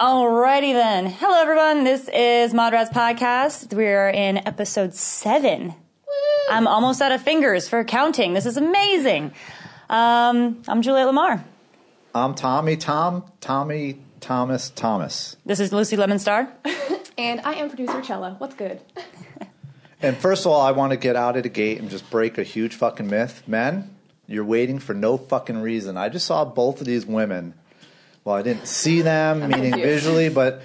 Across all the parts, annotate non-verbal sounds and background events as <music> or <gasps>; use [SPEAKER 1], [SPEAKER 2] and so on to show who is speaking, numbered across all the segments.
[SPEAKER 1] Alrighty then. Hello everyone. This is Modraz Podcast. We're in episode seven. I'm almost out of fingers for counting. This is amazing. Um, I'm Juliet Lamar.
[SPEAKER 2] I'm Tommy Tom Tommy Thomas Thomas.
[SPEAKER 1] This is Lucy Lemonstar.
[SPEAKER 3] And I am producer Cello. What's good?
[SPEAKER 2] And first of all, I want to get out of the gate and just break a huge fucking myth. Men, you're waiting for no fucking reason. I just saw both of these women. Well, I didn't see them, meaning
[SPEAKER 3] confused.
[SPEAKER 2] visually, but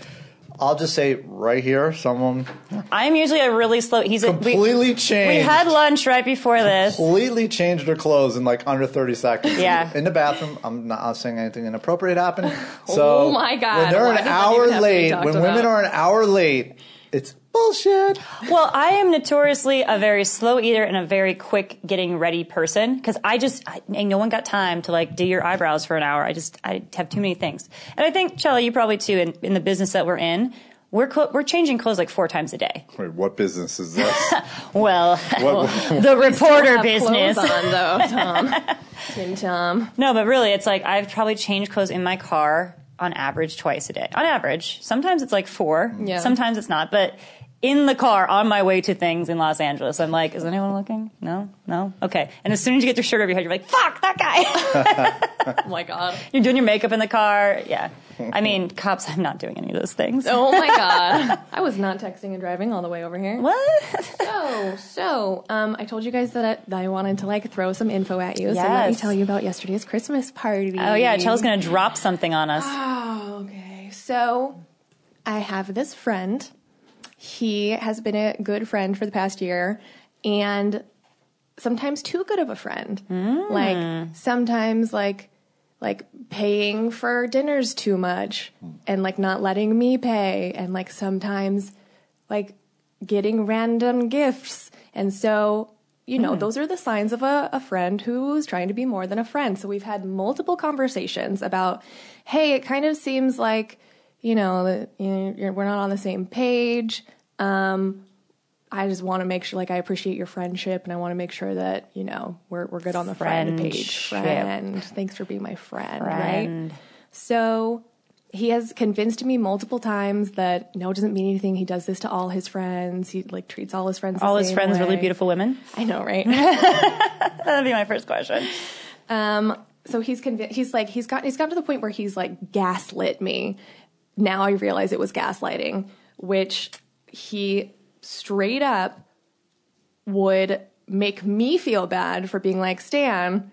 [SPEAKER 2] I'll just say right here, someone
[SPEAKER 1] I'm usually a really slow. He's a, we,
[SPEAKER 2] completely
[SPEAKER 1] we
[SPEAKER 2] changed.
[SPEAKER 1] had lunch right before this.
[SPEAKER 2] Completely changed her clothes in like under 30 seconds.
[SPEAKER 1] Yeah.
[SPEAKER 2] In the bathroom. I'm not saying anything inappropriate
[SPEAKER 3] <laughs>
[SPEAKER 2] happened. So
[SPEAKER 3] Oh my God.
[SPEAKER 2] When they're
[SPEAKER 3] Why
[SPEAKER 2] an
[SPEAKER 3] does that
[SPEAKER 2] hour
[SPEAKER 3] even have to be
[SPEAKER 2] late,
[SPEAKER 3] talked
[SPEAKER 2] when women
[SPEAKER 3] about?
[SPEAKER 2] are an hour late, it's bullshit.
[SPEAKER 1] Well, I am notoriously a very slow eater and a very quick getting ready person because I just I, and no one got time to like do your eyebrows for an hour. I just I have too many things, and I think Chella, you probably too in, in the business that we're in. We're clo- we're changing clothes like four times a day.
[SPEAKER 2] Wait, what business is this?
[SPEAKER 3] <laughs>
[SPEAKER 1] Well, <laughs>
[SPEAKER 2] What- <laughs>
[SPEAKER 1] the reporter
[SPEAKER 3] Have
[SPEAKER 1] business.
[SPEAKER 3] clothes
[SPEAKER 1] <laughs>
[SPEAKER 3] on though, Tom. Tim Tom.
[SPEAKER 1] No, but really, it's like I've probably changed clothes in my car on average twice a day. On average, sometimes it's like four.
[SPEAKER 3] Yeah.
[SPEAKER 1] Sometimes it's not, but. In the car on my way to things in Los Angeles, I'm like, is anyone looking? No, no, okay. And as soon as you get your shirt over your head, you're like, fuck that guy. <laughs>
[SPEAKER 3] Oh my God.
[SPEAKER 1] you're doing your makeup in the car. Yeah. I mean, cops, I'm not doing any of those things.
[SPEAKER 3] Oh my God. I was not texting and driving all the way over here.
[SPEAKER 1] What?
[SPEAKER 3] So, so um, I told you guys that I, that I wanted to like throw some info at you. So let me
[SPEAKER 1] Yes.
[SPEAKER 3] tell you about yesterday's Christmas party.
[SPEAKER 1] Oh yeah, Chella's gonna drop something on us.
[SPEAKER 3] Ah, Okay, so I have this friend. He has been a good friend for the past year and sometimes too good of a friend.
[SPEAKER 1] Hmm.
[SPEAKER 3] Like sometimes like like paying for dinners too much and like not letting me pay and like sometimes like getting random gifts. And so, you know, those are the signs of a, a friend who's trying to be more than a friend. So we've had multiple conversations about, hey, it kind of seems like, you know, that, you know, you're, we're not on the same page. Um, I just want to make sure, like, I appreciate your friendship, and I want to make sure that you know we're we're good on the friend page.
[SPEAKER 1] Friendship.
[SPEAKER 3] Friend, thanks for being my friend,
[SPEAKER 1] Friend.
[SPEAKER 3] right? So he has convinced me multiple times that no it doesn't mean anything. He does this to all his friends. He like treats all his friends. the
[SPEAKER 1] All his
[SPEAKER 3] same
[SPEAKER 1] friends, really
[SPEAKER 3] way.
[SPEAKER 1] beautiful women.
[SPEAKER 3] I know,
[SPEAKER 1] <laughs>
[SPEAKER 3] right?
[SPEAKER 1] That'd be my first question.
[SPEAKER 3] Um, so he's convinced. He's like he's got he's gotten to the point where he's like gaslit me. Now I realize it was gaslighting, which he straight up would make me feel bad for being like Stan.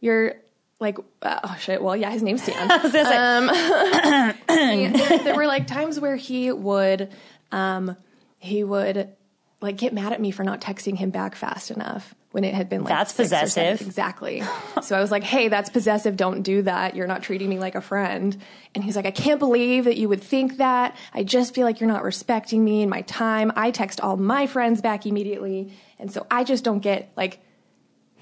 [SPEAKER 3] You're like uh, oh shit. Well, yeah, his name's
[SPEAKER 1] <laughs>
[SPEAKER 3] Stan.
[SPEAKER 1] I was gonna say,
[SPEAKER 3] And there, there were like times where he would um he would like get mad at me for not texting him back fast enough when it had been like
[SPEAKER 1] That's
[SPEAKER 3] six or seven-
[SPEAKER 1] possessive.
[SPEAKER 3] exactly so i was like hey that's possessive don't do that you're not treating me like a friend and he's like i can't believe that you would think that i just feel like you're not respecting me and my time i text all my friends back immediately and so i just don't get like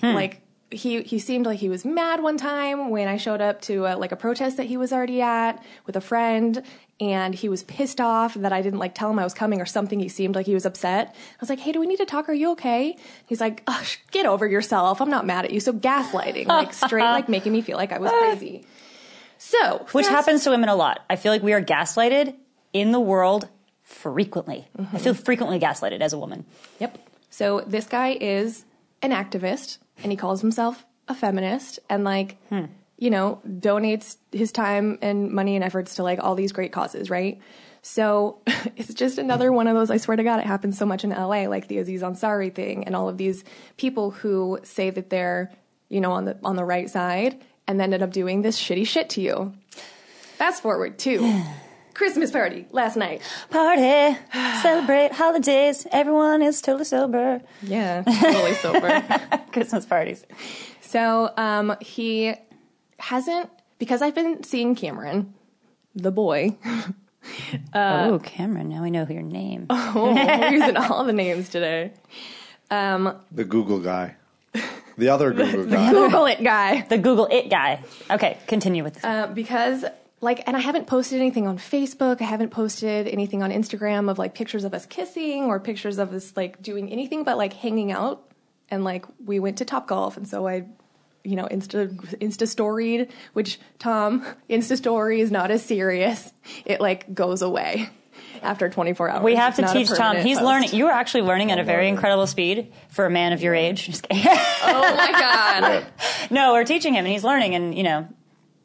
[SPEAKER 3] like he he seemed like he was mad one time when I showed up to a, like a protest that he was already at with a friend, and he was pissed off that I didn't like tell him I was coming or something. He seemed like he was upset. I was like, "Hey, do we need to talk? Are you okay?" He's like, Ugh, "Get over yourself. I'm not mad at you." So gaslighting, like straight, like making me feel like I was crazy. So
[SPEAKER 1] Which
[SPEAKER 3] fast-
[SPEAKER 1] happens to women a lot. I feel like we are gaslighted in the world frequently. I feel frequently gaslighted as a woman.
[SPEAKER 3] Yep. So this guy is an activist and he calls himself a feminist and like you know donates his time and money and efforts to like all these great causes, right? So <laughs> it's just another one of those I swear to god it happens so much in LA like the Aziz Ansari thing and all of these people who say that they're you know on the on the right side and then end up doing this shitty shit to you. Fast forward to Christmas party last night.
[SPEAKER 1] Party, <sighs> celebrate holidays. Everyone is totally sober.
[SPEAKER 3] Yeah, totally sober.
[SPEAKER 1] Christmas parties.
[SPEAKER 3] So um, he hasn't because I've been seeing Cameron, the boy. <laughs>
[SPEAKER 1] oh, Cameron, now we know your name.
[SPEAKER 3] We're using all the names today. Um,
[SPEAKER 2] The Google guy. The
[SPEAKER 3] <laughs>
[SPEAKER 2] other Google guy.
[SPEAKER 3] Google it, guy.
[SPEAKER 1] <laughs> The Google it guy. Okay, continue with this.
[SPEAKER 3] Uh, because like, and I haven't posted anything on Facebook. I haven't posted anything on Instagram of like pictures of us kissing or pictures of us like doing anything but like hanging out. And like we went to Top Golf, and so I you know, Insta Insta storied, which Tom <laughs> Insta story is not as serious. It like goes away after 24 hours.
[SPEAKER 1] We have
[SPEAKER 3] It's
[SPEAKER 1] to
[SPEAKER 3] not a
[SPEAKER 1] teach Tom.
[SPEAKER 3] permanent
[SPEAKER 1] He's
[SPEAKER 3] post.
[SPEAKER 1] learning. You are actually learning at a very
[SPEAKER 2] learning.
[SPEAKER 1] incredible speed for a man of your age. Just kidding.
[SPEAKER 3] Oh my god.
[SPEAKER 1] no, we're teaching him, and he's learning, and you know,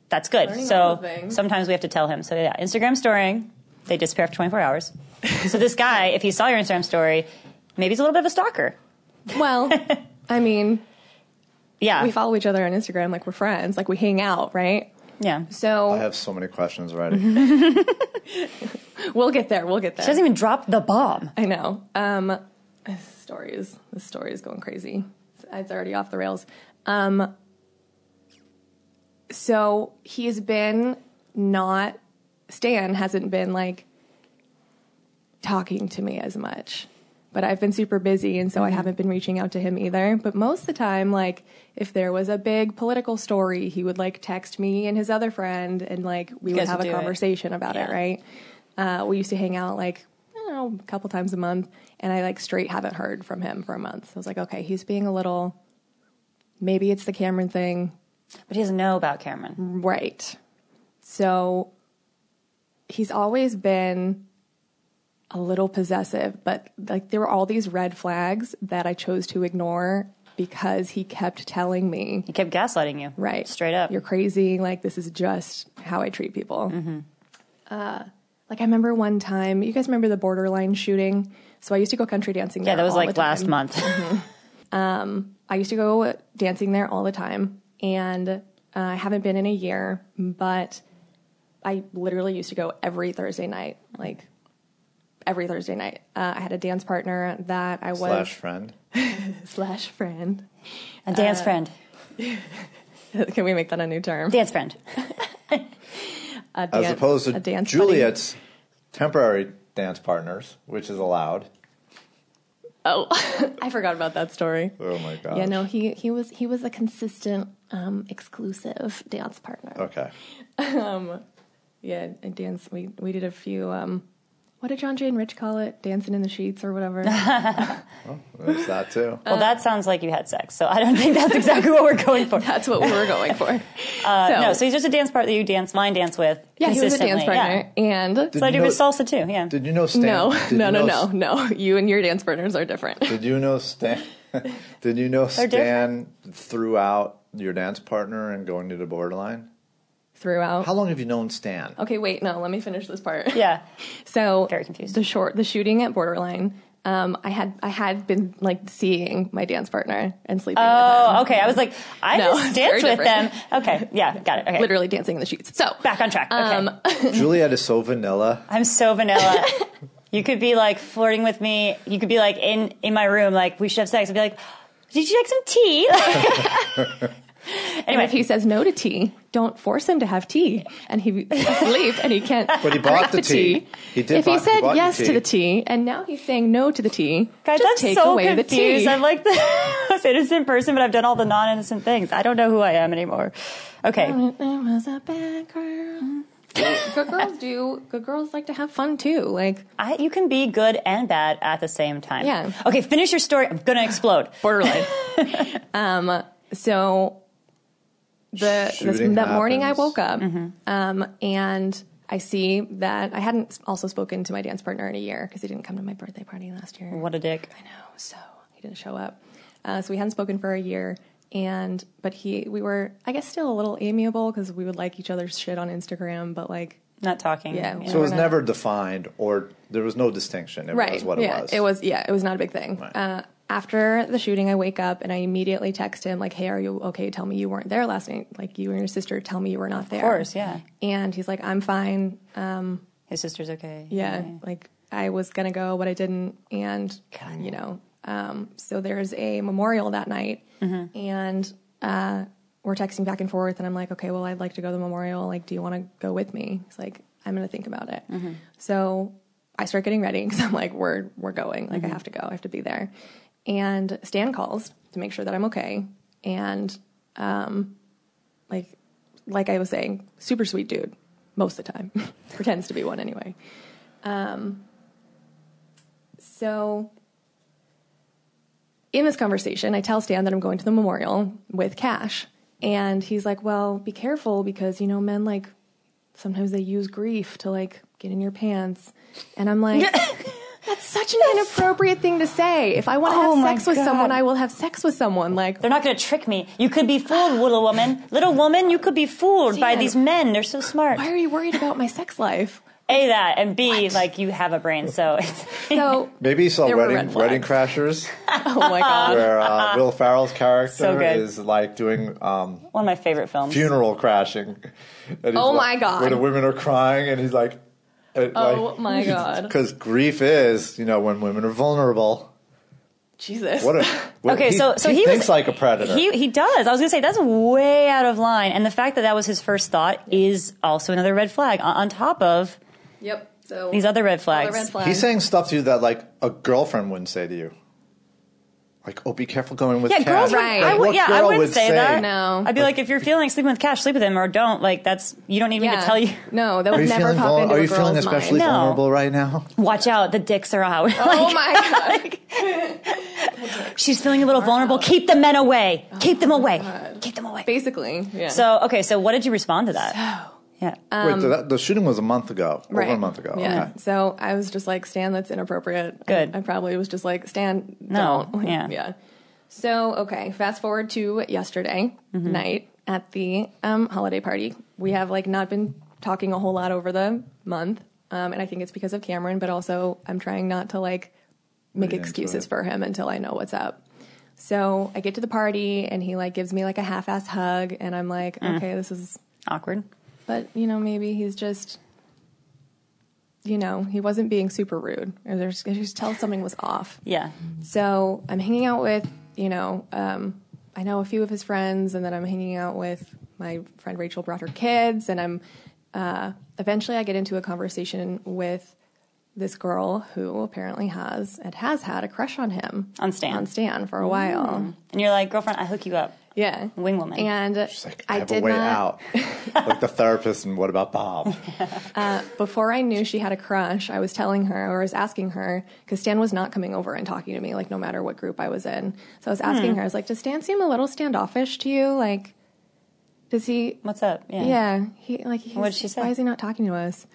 [SPEAKER 1] that's good.
[SPEAKER 3] Learning all
[SPEAKER 1] so
[SPEAKER 3] the things.
[SPEAKER 1] sometimes we have to tell him. So yeah, Instagram storying, they disappear after 24
[SPEAKER 3] <laughs>
[SPEAKER 1] hours. so this guy, if he saw your Instagram story, maybe he's a little bit of a stalker.
[SPEAKER 3] <laughs> Well, I mean,
[SPEAKER 1] Yeah,
[SPEAKER 3] we follow each other on Instagram like we're friends, like we hang out, right?
[SPEAKER 1] yeah. She
[SPEAKER 3] So
[SPEAKER 2] I have so many questions already.
[SPEAKER 3] Mm-hmm. we'll get there. We'll get there.
[SPEAKER 1] doesn't even drop the bomb.
[SPEAKER 3] I know. Um, this story is this story is going crazy. It's, it's already off the rails. Um, so he's been not. Stan hasn't been like talking to me as much, but I've been super busy, and
[SPEAKER 1] Mm-hmm.
[SPEAKER 3] so I haven't been reaching out to him either. But most of the time, like if there was a big political story, he would like text me and his other friend, and like we would
[SPEAKER 1] guys
[SPEAKER 3] have
[SPEAKER 1] would
[SPEAKER 3] a
[SPEAKER 1] do it.
[SPEAKER 3] conversation about it,
[SPEAKER 1] Yeah.
[SPEAKER 3] right? Uh, we used to hang out like I don't know a couple times a month, and I like straight haven't heard from him for a month. So I was like, okay, he's being a little. Maybe it's the Cameron thing,
[SPEAKER 1] But he doesn't know about Cameron.
[SPEAKER 3] right? So he's always been a little possessive, but like there were all these red flags that I chose to ignore because he kept telling me
[SPEAKER 1] He kept gaslighting you.
[SPEAKER 3] Right.
[SPEAKER 1] Straight up.
[SPEAKER 3] You're crazy. Like, this is just how I treat people.
[SPEAKER 1] Mm-hmm.
[SPEAKER 3] Uh, like, I remember one time, you guys remember the borderline shooting? So I used to go country dancing there.
[SPEAKER 1] yeah, that was
[SPEAKER 3] all
[SPEAKER 1] like
[SPEAKER 3] the time.
[SPEAKER 1] last
[SPEAKER 3] <laughs>
[SPEAKER 1] month.
[SPEAKER 3] I used to go dancing there all the time. And uh, I haven't been in a year, but I literally used to go every Thursday night. Like, every Thursday night. Uh, I had a dance partner that I was
[SPEAKER 2] Slash friend.
[SPEAKER 3] slash friend. <laughs>
[SPEAKER 1] A
[SPEAKER 3] Uh,
[SPEAKER 1] dance friend.
[SPEAKER 3] Can we make that a new term?
[SPEAKER 1] Dance friend.
[SPEAKER 3] A
[SPEAKER 2] As
[SPEAKER 3] dance-
[SPEAKER 2] opposed to
[SPEAKER 3] a dance buddy.
[SPEAKER 2] Juliet's temporary dance partners, which is allowed.
[SPEAKER 3] Oh, I forgot about that story.
[SPEAKER 2] Oh my god.
[SPEAKER 3] Yeah, no, he he was he was a consistent, um, exclusive dance partner.
[SPEAKER 2] Okay.
[SPEAKER 3] Yeah, and dance. We we did a few. Um, what did John Jane Rich call it? Dancing in the sheets or <laughs> whatever.
[SPEAKER 2] There's that too.
[SPEAKER 3] Uh,
[SPEAKER 1] Well, that sounds like you had sex. So I don't think that's exactly what we're going
[SPEAKER 3] <laughs>
[SPEAKER 1] for.
[SPEAKER 3] That's what we were going <laughs> for. Uh, so,
[SPEAKER 1] No, so he's just a dance part that you dance, line dance with.
[SPEAKER 3] yeah, he was a dance
[SPEAKER 1] consistently.
[SPEAKER 3] partner, and
[SPEAKER 1] Yeah. So I do
[SPEAKER 2] know-
[SPEAKER 1] with salsa too. Yeah.
[SPEAKER 2] Did you know Stan?
[SPEAKER 3] <laughs> no,
[SPEAKER 2] did you
[SPEAKER 3] no, no,
[SPEAKER 2] know-
[SPEAKER 3] no, no. You and your dance partners are different.
[SPEAKER 2] Did you know Stan? <laughs> did you know Stan
[SPEAKER 1] different.
[SPEAKER 2] threw out your dance partner and going to the borderline?
[SPEAKER 3] <laughs> Throughout.
[SPEAKER 2] How long have you known Stan?
[SPEAKER 3] Okay, wait, no. Let me finish this part.
[SPEAKER 1] yeah.
[SPEAKER 3] So
[SPEAKER 1] Very confused.
[SPEAKER 3] The short, the shooting at Borderline. Um, I had I had been like seeing my dance partner and sleeping with him.
[SPEAKER 1] Oh, okay. I was like, I
[SPEAKER 3] No, <laughs>
[SPEAKER 1] just
[SPEAKER 3] very
[SPEAKER 1] danced with them.
[SPEAKER 3] different.
[SPEAKER 1] Okay. Yeah. Got it. Okay.
[SPEAKER 3] literally Um, dancing in the sheets. So
[SPEAKER 1] Back on track. Okay.
[SPEAKER 3] <laughs>
[SPEAKER 2] Juliet is so vanilla.
[SPEAKER 1] I'm so vanilla. you could be like flirting with me. You could be like in in my room, like we should have sex. I'd be like, did you like some tea?
[SPEAKER 3] <laughs> and
[SPEAKER 1] anyway,
[SPEAKER 3] if he says no to tea, don't force him to have tea. And he asleep and he can't.
[SPEAKER 2] But he
[SPEAKER 3] drink
[SPEAKER 2] bought the tea. He did
[SPEAKER 3] if he
[SPEAKER 2] buy- he
[SPEAKER 3] said
[SPEAKER 2] bought you
[SPEAKER 3] yes
[SPEAKER 2] tea.
[SPEAKER 3] to the tea, and now he's saying no to the tea,
[SPEAKER 1] guys,
[SPEAKER 3] just
[SPEAKER 1] I'm
[SPEAKER 3] take
[SPEAKER 1] so
[SPEAKER 3] away
[SPEAKER 1] confused.
[SPEAKER 3] the tea.
[SPEAKER 1] I'm like <laughs> the most innocent person, but I've done all the non-innocent things. I don't know who I am anymore. Okay.
[SPEAKER 3] <laughs> It was a bad girl. good girls do. Good girls like to have fun too.
[SPEAKER 1] <laughs>
[SPEAKER 3] Like
[SPEAKER 1] I, you can be good and bad at the same time.
[SPEAKER 3] Yeah.
[SPEAKER 1] Okay, finish your story. I'm gonna explode.
[SPEAKER 3] borderline. <laughs> um, so the this,
[SPEAKER 2] Shooting
[SPEAKER 3] that morning I
[SPEAKER 2] happens.
[SPEAKER 3] woke up,
[SPEAKER 1] Mm-hmm.
[SPEAKER 3] um, and I see that I hadn't also spoken to my dance partner in a year because he didn't come to my birthday party last year.
[SPEAKER 1] What a dick.
[SPEAKER 3] I know, so he didn't show up. Uh, so we hadn't spoken for a year, and but he we were I guess still a little amiable because we would like each other's shit on Instagram, but like
[SPEAKER 1] Not talking.
[SPEAKER 3] yeah, we
[SPEAKER 2] So it was
[SPEAKER 3] were not-
[SPEAKER 2] never defined, or there was no distinction. It
[SPEAKER 3] right.
[SPEAKER 2] was what
[SPEAKER 3] yeah,
[SPEAKER 2] it was.
[SPEAKER 3] yeah, it was not a big thing.
[SPEAKER 2] Right.
[SPEAKER 3] Uh, after the shooting, I wake up and I immediately text him like, "Hey, are you okay? Tell me you weren't there last night. Like you and your sister, tell me you were not there."
[SPEAKER 1] Of course, yeah.
[SPEAKER 3] And he's like, "I'm fine.
[SPEAKER 1] His sister's okay.
[SPEAKER 3] yeah, like I was gonna go, but I didn't, and you know, um, so there's a memorial that night, and uh, we're texting back and forth, and I'm like, okay, well, I'd like to go to the memorial. Like, do you want to go with me? He's like, I'm gonna think about it. So I start getting ready <laughs> because I'm like, we're we're going. Like, I have to go. I have to be there. And Stan calls to make sure that I'm okay, and um, like like I was saying, super sweet dude most of the time, <laughs> pretends to be one anyway. So, in this conversation, I tell Stan that I'm going to the memorial with Cash. And he's like, well, be careful because, you know, men like sometimes they use grief to like get in your pants. And
[SPEAKER 1] <laughs>
[SPEAKER 3] I'm like, <laughs> that's such an inappropriate thing to say. If I want to
[SPEAKER 1] Oh
[SPEAKER 3] have
[SPEAKER 1] my
[SPEAKER 3] sex with
[SPEAKER 1] God.
[SPEAKER 3] someone, I will have sex with someone. Like,
[SPEAKER 1] They're not going to trick me. You could be <gasps> fooled, little woman. Little woman, you could be fooled by
[SPEAKER 3] Dan.
[SPEAKER 1] these men. They're so smart.
[SPEAKER 3] why are you worried about my sex life?
[SPEAKER 1] A that and B like you have a brain, so it's <laughs>
[SPEAKER 3] So,
[SPEAKER 2] Maybe you saw
[SPEAKER 3] There were
[SPEAKER 2] Wedding,
[SPEAKER 3] red
[SPEAKER 2] Wedding
[SPEAKER 3] flags.
[SPEAKER 2] Crashers,
[SPEAKER 3] oh my God.
[SPEAKER 1] <laughs>
[SPEAKER 2] where uh, Will Farrell's character
[SPEAKER 1] So good.
[SPEAKER 2] is like doing um,
[SPEAKER 1] one of my favorite films.
[SPEAKER 2] funeral crashing. And he's
[SPEAKER 3] Oh
[SPEAKER 2] like-
[SPEAKER 3] my God.
[SPEAKER 2] Where the women are crying, and he's like,
[SPEAKER 3] Oh
[SPEAKER 2] <laughs>
[SPEAKER 3] my God.
[SPEAKER 2] Because grief is, you know, when women are vulnerable.
[SPEAKER 3] Jesus.
[SPEAKER 2] What a what-
[SPEAKER 1] Okay,
[SPEAKER 2] he-
[SPEAKER 1] so so
[SPEAKER 2] he,
[SPEAKER 1] he,
[SPEAKER 2] thinks
[SPEAKER 1] was,
[SPEAKER 2] like a predator.
[SPEAKER 1] He he does. I was gonna say that's way out of line, and the fact that that was his first thought is also another red flag. On, on top of
[SPEAKER 3] Yep. So
[SPEAKER 1] these other red
[SPEAKER 3] all
[SPEAKER 1] flags,
[SPEAKER 3] the red flags.
[SPEAKER 2] He's saying stuff to you that like a girlfriend wouldn't say to you. Like, oh, be careful going with
[SPEAKER 1] yeah,
[SPEAKER 2] Kat.
[SPEAKER 1] girls. Would,
[SPEAKER 3] Right.
[SPEAKER 1] I
[SPEAKER 2] Like,
[SPEAKER 1] would,
[SPEAKER 2] what
[SPEAKER 1] yeah, I
[SPEAKER 2] girl
[SPEAKER 1] wouldn't
[SPEAKER 2] would
[SPEAKER 1] say, that.
[SPEAKER 3] No.
[SPEAKER 1] I'd be like, if you're feeling sleeping with Cash, sleep with him, or don't. Like that's you don't need me to tell you.
[SPEAKER 3] No, that
[SPEAKER 2] Are
[SPEAKER 3] would
[SPEAKER 2] you
[SPEAKER 3] never
[SPEAKER 2] feeling,
[SPEAKER 3] pop
[SPEAKER 2] vul-
[SPEAKER 3] into
[SPEAKER 2] are
[SPEAKER 3] a
[SPEAKER 2] you
[SPEAKER 3] girl's
[SPEAKER 2] feeling
[SPEAKER 1] <laughs>
[SPEAKER 2] especially
[SPEAKER 1] mind. No.
[SPEAKER 2] vulnerable right <laughs> now?
[SPEAKER 1] <laughs> Watch out, the dicks are <laughs> out.
[SPEAKER 3] Oh my god!
[SPEAKER 1] She's feeling a little vulnerable. Keep the men away. Keep them away.
[SPEAKER 3] God.
[SPEAKER 1] Keep them away.
[SPEAKER 3] Basically, yeah.
[SPEAKER 1] So okay, so what did you respond to that? yeah.
[SPEAKER 3] um,
[SPEAKER 2] Wait, so that, the shooting was a month ago.
[SPEAKER 3] Right.
[SPEAKER 2] Over a month ago.
[SPEAKER 3] Yeah.
[SPEAKER 2] Okay.
[SPEAKER 3] So I was just like, Stan, that's inappropriate.
[SPEAKER 1] Good.
[SPEAKER 3] I, I probably was just like, Stan,
[SPEAKER 1] No,
[SPEAKER 3] don't. <laughs> Like,
[SPEAKER 1] yeah.
[SPEAKER 3] Yeah. So okay, fast forward to yesterday
[SPEAKER 1] Mm-hmm.
[SPEAKER 3] night at the um, holiday party. We have like not been talking a whole lot over the month, um, and I think it's because of Cameron, but also I'm trying not to like make
[SPEAKER 2] Read into
[SPEAKER 3] excuses
[SPEAKER 2] it.
[SPEAKER 3] for him until I know what's up. So I get to the party and he like gives me like a half-ass hug, and I'm like,
[SPEAKER 1] Mm.
[SPEAKER 3] okay, this is
[SPEAKER 1] Awkward.
[SPEAKER 3] but you know, maybe he's just, you know, he wasn't being super rude. Or there's, you just tell something was off.
[SPEAKER 1] Yeah.
[SPEAKER 3] So I'm hanging out with, you know, um, I know a few of his friends, and then I'm hanging out with my friend Rachel brought her kids, and I'm. Uh, eventually, I get into a conversation with this girl who apparently has and has had a crush on him
[SPEAKER 1] On Stan. Mm.
[SPEAKER 3] on Stan for a while.
[SPEAKER 1] And you're like, girlfriend, I hook you up.
[SPEAKER 3] Yeah,
[SPEAKER 1] Wing woman.
[SPEAKER 3] And
[SPEAKER 2] She's like, I,
[SPEAKER 3] I,
[SPEAKER 2] have
[SPEAKER 3] did
[SPEAKER 2] a way
[SPEAKER 3] not, <laughs>
[SPEAKER 2] out. like the therapist and what about Bob?
[SPEAKER 3] before I knew she had a crush, I was telling her or I was asking her because Stan was not coming over and talking to me, like no matter what group I was in. So I was
[SPEAKER 1] Hmm.
[SPEAKER 3] asking her, I was like, "Does Stan seem a little standoffish to you? Like, does he?
[SPEAKER 1] What's up? Yeah.
[SPEAKER 3] Yeah, he like he's,
[SPEAKER 1] Mm. What'd she say?
[SPEAKER 3] Why is he not talking to us?"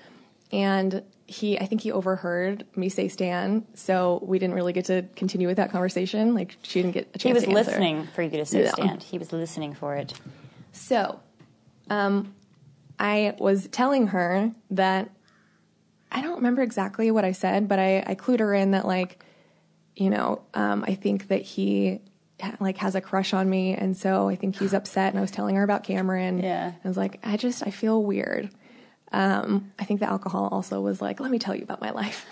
[SPEAKER 3] And he, I think he overheard me say Stan, so we didn't really get to continue with that conversation. Like she didn't get a chance.
[SPEAKER 1] He was
[SPEAKER 3] to answer.
[SPEAKER 1] listening for you to say
[SPEAKER 3] Yeah.
[SPEAKER 1] stand. He was listening for it.
[SPEAKER 3] So, um, I was telling her that I don't remember exactly what I said, but I, I clued her in that like, you know, um, I think that he ha- like has a crush on me, and so I think he's upset. And I was telling her about Cameron.
[SPEAKER 1] Yeah.
[SPEAKER 3] I was like, I just I feel weird. Um, I think the alcohol also was like, let me tell you about my life.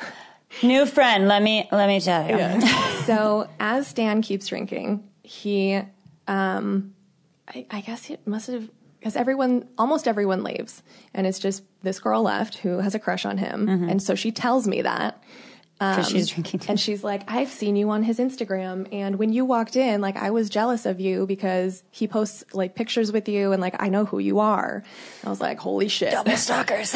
[SPEAKER 1] New friend, let me let me tell you.
[SPEAKER 3] so as Stan keeps drinking, he, um, I, I guess it must have, because everyone, almost everyone leaves, and it's just this girl left who has a crush on him, and so she tells me that.
[SPEAKER 1] <laughs> 'Cause she's drinking too.
[SPEAKER 3] Um, And she's like, I've seen you on his Instagram. And when you walked in, like, I was jealous of you because he posts like pictures with you and like, I know who you are. I was like, holy shit
[SPEAKER 1] Double <laughs> stalkers.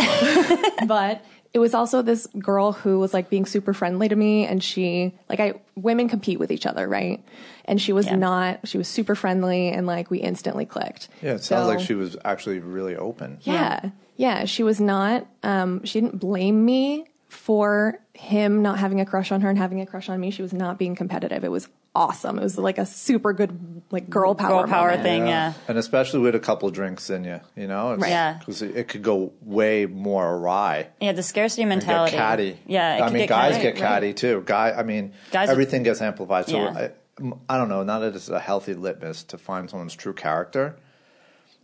[SPEAKER 3] but it was also this girl who was like being super friendly to me and she like i women compete with each other right and she was
[SPEAKER 1] Yeah.
[SPEAKER 3] not she was super friendly and like we instantly clicked
[SPEAKER 2] Yeah, it sounds like she was actually really open.
[SPEAKER 3] yeah yeah she was not um she didn't blame me for him not having a crush on her and having a crush on me she was not being competitive it was awesome it was like a super good like girl power
[SPEAKER 1] Girl power
[SPEAKER 3] moment.
[SPEAKER 1] thing, yeah.
[SPEAKER 2] And especially with a couple drinks in you, you know? It's,
[SPEAKER 3] Right.
[SPEAKER 1] Yeah.
[SPEAKER 2] Because it it could go way more awry.
[SPEAKER 1] Yeah, the scarcity
[SPEAKER 2] And get
[SPEAKER 1] mentality.
[SPEAKER 2] catty.
[SPEAKER 1] Yeah, it
[SPEAKER 2] I
[SPEAKER 1] could
[SPEAKER 2] mean,
[SPEAKER 1] get
[SPEAKER 2] guys
[SPEAKER 1] catty.
[SPEAKER 2] get catty too. Guy, I mean,
[SPEAKER 1] Guys-
[SPEAKER 2] everything gets amplified. So
[SPEAKER 1] Yeah.
[SPEAKER 2] I, I don't know. Not that it's a healthy litmus to find someone's true character.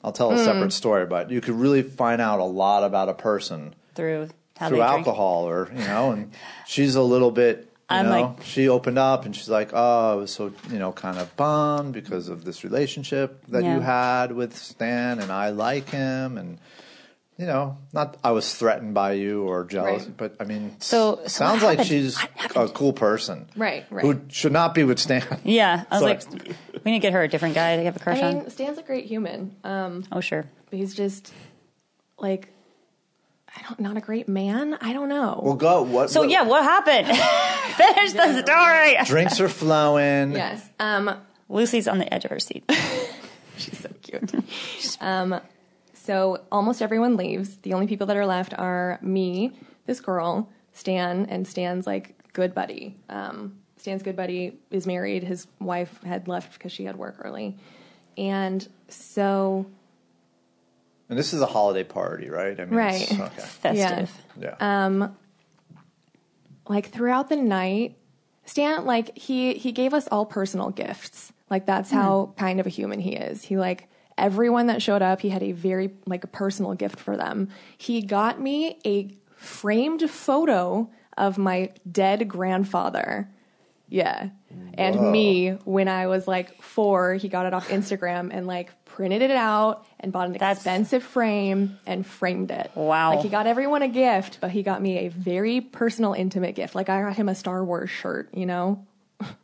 [SPEAKER 2] I'll tell a
[SPEAKER 1] Hmm.
[SPEAKER 2] separate story, but you could really find out a lot about a person
[SPEAKER 1] through how
[SPEAKER 2] through
[SPEAKER 1] they drink.
[SPEAKER 2] alcohol or you know and she's a little bit you
[SPEAKER 1] I'm
[SPEAKER 2] know
[SPEAKER 1] like-
[SPEAKER 2] she opened up and she's like oh i was so you know kind of bummed because of this relationship that you
[SPEAKER 1] Yeah.
[SPEAKER 2] had with stan and i like him and you know not i was threatened by you or jealous
[SPEAKER 3] Right.
[SPEAKER 2] but i mean
[SPEAKER 1] So- so
[SPEAKER 2] sounds
[SPEAKER 1] what
[SPEAKER 2] like
[SPEAKER 1] happened?
[SPEAKER 2] she's
[SPEAKER 1] What
[SPEAKER 2] a
[SPEAKER 1] happened?
[SPEAKER 2] cool person
[SPEAKER 3] Right, right.
[SPEAKER 2] who should not be with stan
[SPEAKER 1] <laughs>
[SPEAKER 2] <laughs>
[SPEAKER 1] Yeah. I was
[SPEAKER 2] Sorry.
[SPEAKER 1] like, we need to get her a different guy to have a crush
[SPEAKER 3] i mean
[SPEAKER 1] on.
[SPEAKER 3] stan's a great human
[SPEAKER 1] Oh sure.
[SPEAKER 3] but he's just like I don't not a great man. I don't know.
[SPEAKER 2] well go what
[SPEAKER 1] So
[SPEAKER 2] what-
[SPEAKER 1] yeah, what happened? <laughs> Finish the story.
[SPEAKER 2] drinks are flowing
[SPEAKER 3] yes. Um
[SPEAKER 1] Lucy's on the edge of her seat.
[SPEAKER 3] she's so cute. cute. um, so almost everyone leaves. The only people that are left are me, this girl, Stan, and Stan's like good buddy. Um, Stan's good buddy is married. His wife had left because she had work early. And so,
[SPEAKER 2] And this is a holiday party, right? I mean, it's-
[SPEAKER 3] Right.
[SPEAKER 2] okay.
[SPEAKER 1] Festive.
[SPEAKER 2] Yeah.
[SPEAKER 1] Um,
[SPEAKER 3] like throughout the night, Stan like he he gave us all personal gifts. Like that's how kind of a human he is. He like everyone that showed up, he had a very like a personal gift for them. He got me a framed photo of my dead grandfather. Yeah. And
[SPEAKER 2] Whoa.
[SPEAKER 3] me when I was like 4, he got it off Instagram and like printed it out and bought an
[SPEAKER 1] That's-
[SPEAKER 3] expensive frame and framed it.
[SPEAKER 1] Wow.
[SPEAKER 3] Like he got everyone a gift, but he got me a very personal, intimate gift. Like I got him a Star Wars shirt, you know?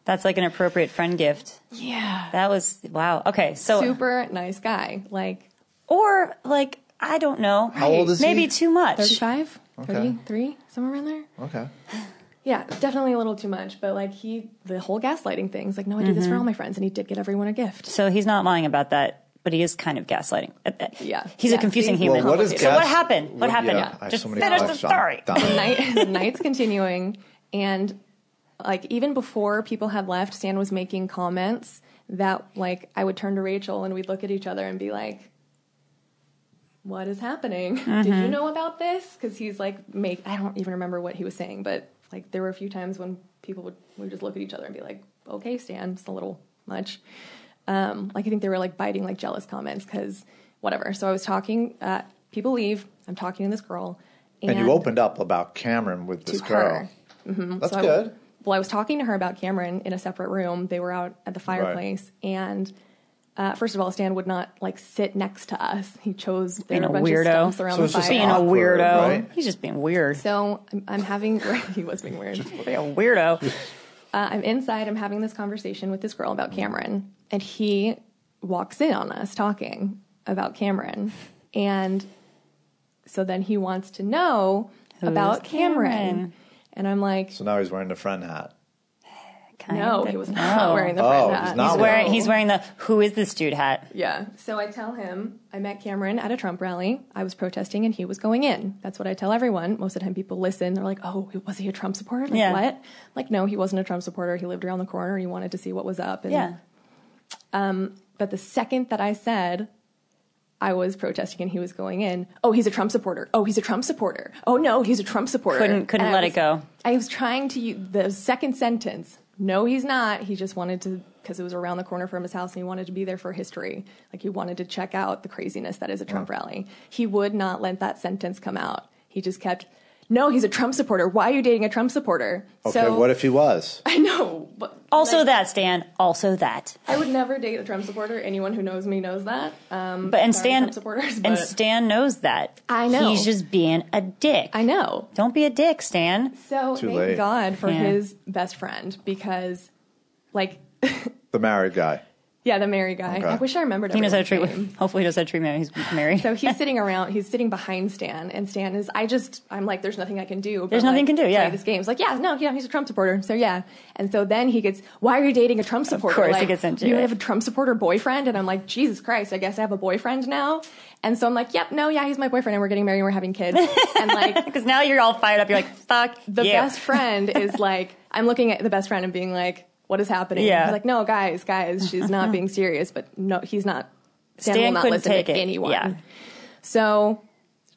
[SPEAKER 1] That's like an appropriate friend gift.
[SPEAKER 3] Yeah.
[SPEAKER 1] That was wow. Okay, so
[SPEAKER 3] Super nice guy. Like
[SPEAKER 1] or like I don't know.
[SPEAKER 2] How old is
[SPEAKER 1] Maybe
[SPEAKER 2] he?
[SPEAKER 1] too much.
[SPEAKER 3] 35,
[SPEAKER 2] Okay.
[SPEAKER 3] 33, somewhere around there.
[SPEAKER 2] okay.
[SPEAKER 3] Yeah, definitely a little too much, but like he, the whole gaslighting thing is like, no, I do this for all my friends. And he did get everyone a gift.
[SPEAKER 1] So he's not lying about that, but he is kind of gaslighting. Uh,
[SPEAKER 3] Yeah.
[SPEAKER 1] He's a
[SPEAKER 3] Yeah,
[SPEAKER 1] confusing
[SPEAKER 3] see?
[SPEAKER 1] human.
[SPEAKER 2] Well, what is
[SPEAKER 1] so what
[SPEAKER 2] gas-
[SPEAKER 1] happened? What, happened?
[SPEAKER 2] Yeah, I have
[SPEAKER 1] Just
[SPEAKER 2] so many
[SPEAKER 1] finish the
[SPEAKER 2] questions.
[SPEAKER 1] story.
[SPEAKER 2] Done.
[SPEAKER 3] night <laughs> the night's continuing and like even before people had left stan was making comments that like i would turn to rachel and we'd look at each other and be like what is happening did you know about this because he's like make i don't even remember what he was saying but like there were a few times when people would we would just look at each other and be like okay stan it's a little much um, like I think they were like biting like jealous comments because whatever. So I was talking. Uh, people leave. I'm talking to this girl,
[SPEAKER 2] And, you opened up about Cameron with this girl.
[SPEAKER 3] her.
[SPEAKER 2] That's
[SPEAKER 3] So I-
[SPEAKER 2] good.
[SPEAKER 3] well, I was talking to her about Cameron in a separate room. They were out at the fireplace, and uh, first of all, Stan would not like sit next to us. He chose there
[SPEAKER 1] Being
[SPEAKER 3] were
[SPEAKER 1] a
[SPEAKER 3] a bunch
[SPEAKER 1] weirdo.
[SPEAKER 3] of stumps around
[SPEAKER 2] So
[SPEAKER 3] the
[SPEAKER 2] it's just
[SPEAKER 3] fire.
[SPEAKER 1] Being a
[SPEAKER 2] Awkward,
[SPEAKER 1] weirdo.
[SPEAKER 2] right?
[SPEAKER 1] He's just being weird.
[SPEAKER 3] so I'm, I'm having <laughs> he was being weird.
[SPEAKER 1] Being a weirdo.
[SPEAKER 3] Uh, I'm inside. I'm having this conversation with this girl about Cameron, and he walks in on us talking about Cameron, and so then he wants to know about Cameron.
[SPEAKER 1] Cameron?
[SPEAKER 3] and I'm like,
[SPEAKER 2] So now he's wearing the friend hat.
[SPEAKER 1] Kind
[SPEAKER 3] no,
[SPEAKER 1] of.
[SPEAKER 3] he was not
[SPEAKER 1] No.
[SPEAKER 3] wearing the
[SPEAKER 2] Oh,
[SPEAKER 3] friend
[SPEAKER 2] he's
[SPEAKER 3] hat.
[SPEAKER 2] not
[SPEAKER 1] He's
[SPEAKER 2] Oh.
[SPEAKER 1] wearing, he's wearing the "Who is this dude?" hat.
[SPEAKER 3] Yeah. So I tell him I met Cameron at a Trump rally. I was protesting and he was going in. That's what I tell everyone. Most of the time people listen. They're like, oh, was he a Trump supporter? Like,
[SPEAKER 1] Yeah.
[SPEAKER 3] what? Like, no, he wasn't a Trump supporter. He lived around the corner. He wanted to see what was up. And,
[SPEAKER 1] Yeah,
[SPEAKER 3] But the second that I said I was protesting and he was going in, oh, he's a Trump supporter. Oh, he's a Trump supporter. Oh, no, he's a Trump supporter.
[SPEAKER 1] Couldn't- couldn't
[SPEAKER 3] And I
[SPEAKER 1] let
[SPEAKER 3] was-
[SPEAKER 1] it go.
[SPEAKER 3] I was trying to use the second sentence. No, he's not. He just wanted to, because it was around the corner from his house and he wanted to be there for history. Like he wanted to check out the craziness that is a Trump rally. He would not let that sentence come out. He just kept, no, he's a Trump supporter. Why are you dating a Trump supporter?
[SPEAKER 2] Okay, what if he was?
[SPEAKER 3] <laughs> I know. But
[SPEAKER 1] also
[SPEAKER 3] like,
[SPEAKER 1] that Stan. Also that.
[SPEAKER 3] I would never date a Trump supporter. Anyone who knows me knows that. Um,
[SPEAKER 1] But and
[SPEAKER 3] sorry,
[SPEAKER 1] Stan
[SPEAKER 3] Trump supporters,
[SPEAKER 1] and
[SPEAKER 3] but-
[SPEAKER 1] Stan knows that.
[SPEAKER 3] I know.
[SPEAKER 1] He's just being a dick.
[SPEAKER 3] I know.
[SPEAKER 1] Don't be a dick, Stan.
[SPEAKER 3] So
[SPEAKER 2] Too
[SPEAKER 3] thank
[SPEAKER 2] late.
[SPEAKER 3] God for
[SPEAKER 1] Yeah.
[SPEAKER 3] his best friend because, like,
[SPEAKER 2] The married guy.
[SPEAKER 3] yeah, the married guy.
[SPEAKER 2] Okay.
[SPEAKER 3] I wish I remembered.
[SPEAKER 1] He knows how to treat.
[SPEAKER 3] everyone's name.
[SPEAKER 1] <laughs> Hopefully, he knows how to treat men. He's married. <laughs>
[SPEAKER 3] So he's sitting around. He's sitting behind Stan, and Stan is. I just. I'm like, there's nothing I can do. but,
[SPEAKER 1] There's nothing
[SPEAKER 3] like,
[SPEAKER 1] can do,
[SPEAKER 3] play
[SPEAKER 1] yeah.
[SPEAKER 3] this game. It's like, yeah, no, yeah, he's a Trump supporter. So yeah, and so then he gets. Why are you dating a Trump supporter?
[SPEAKER 1] course he
[SPEAKER 3] like,
[SPEAKER 1] gets into
[SPEAKER 3] You
[SPEAKER 1] it.
[SPEAKER 3] have a Trump supporter boyfriend, and I'm like, Jesus Christ, I guess I have a boyfriend now. And so I'm like, yep, no, yeah, he's my boyfriend, and we're getting married, and we're having kids,
[SPEAKER 1] <laughs>
[SPEAKER 3] and like
[SPEAKER 1] Because now you're all fired up. You're like, fuck
[SPEAKER 3] the
[SPEAKER 1] you.
[SPEAKER 3] best friend
[SPEAKER 1] <laughs>
[SPEAKER 3] is like I'm looking at the best friend and being like, what is happening?
[SPEAKER 1] Yeah.
[SPEAKER 3] He's like, no, guys, guys,
[SPEAKER 1] <laughs>
[SPEAKER 3] she's not being serious, but no, he's not. Stan,
[SPEAKER 1] Stan
[SPEAKER 3] will not
[SPEAKER 1] couldn't
[SPEAKER 3] listen
[SPEAKER 1] take
[SPEAKER 3] to
[SPEAKER 1] it.
[SPEAKER 3] anyone.
[SPEAKER 1] Yeah.
[SPEAKER 3] So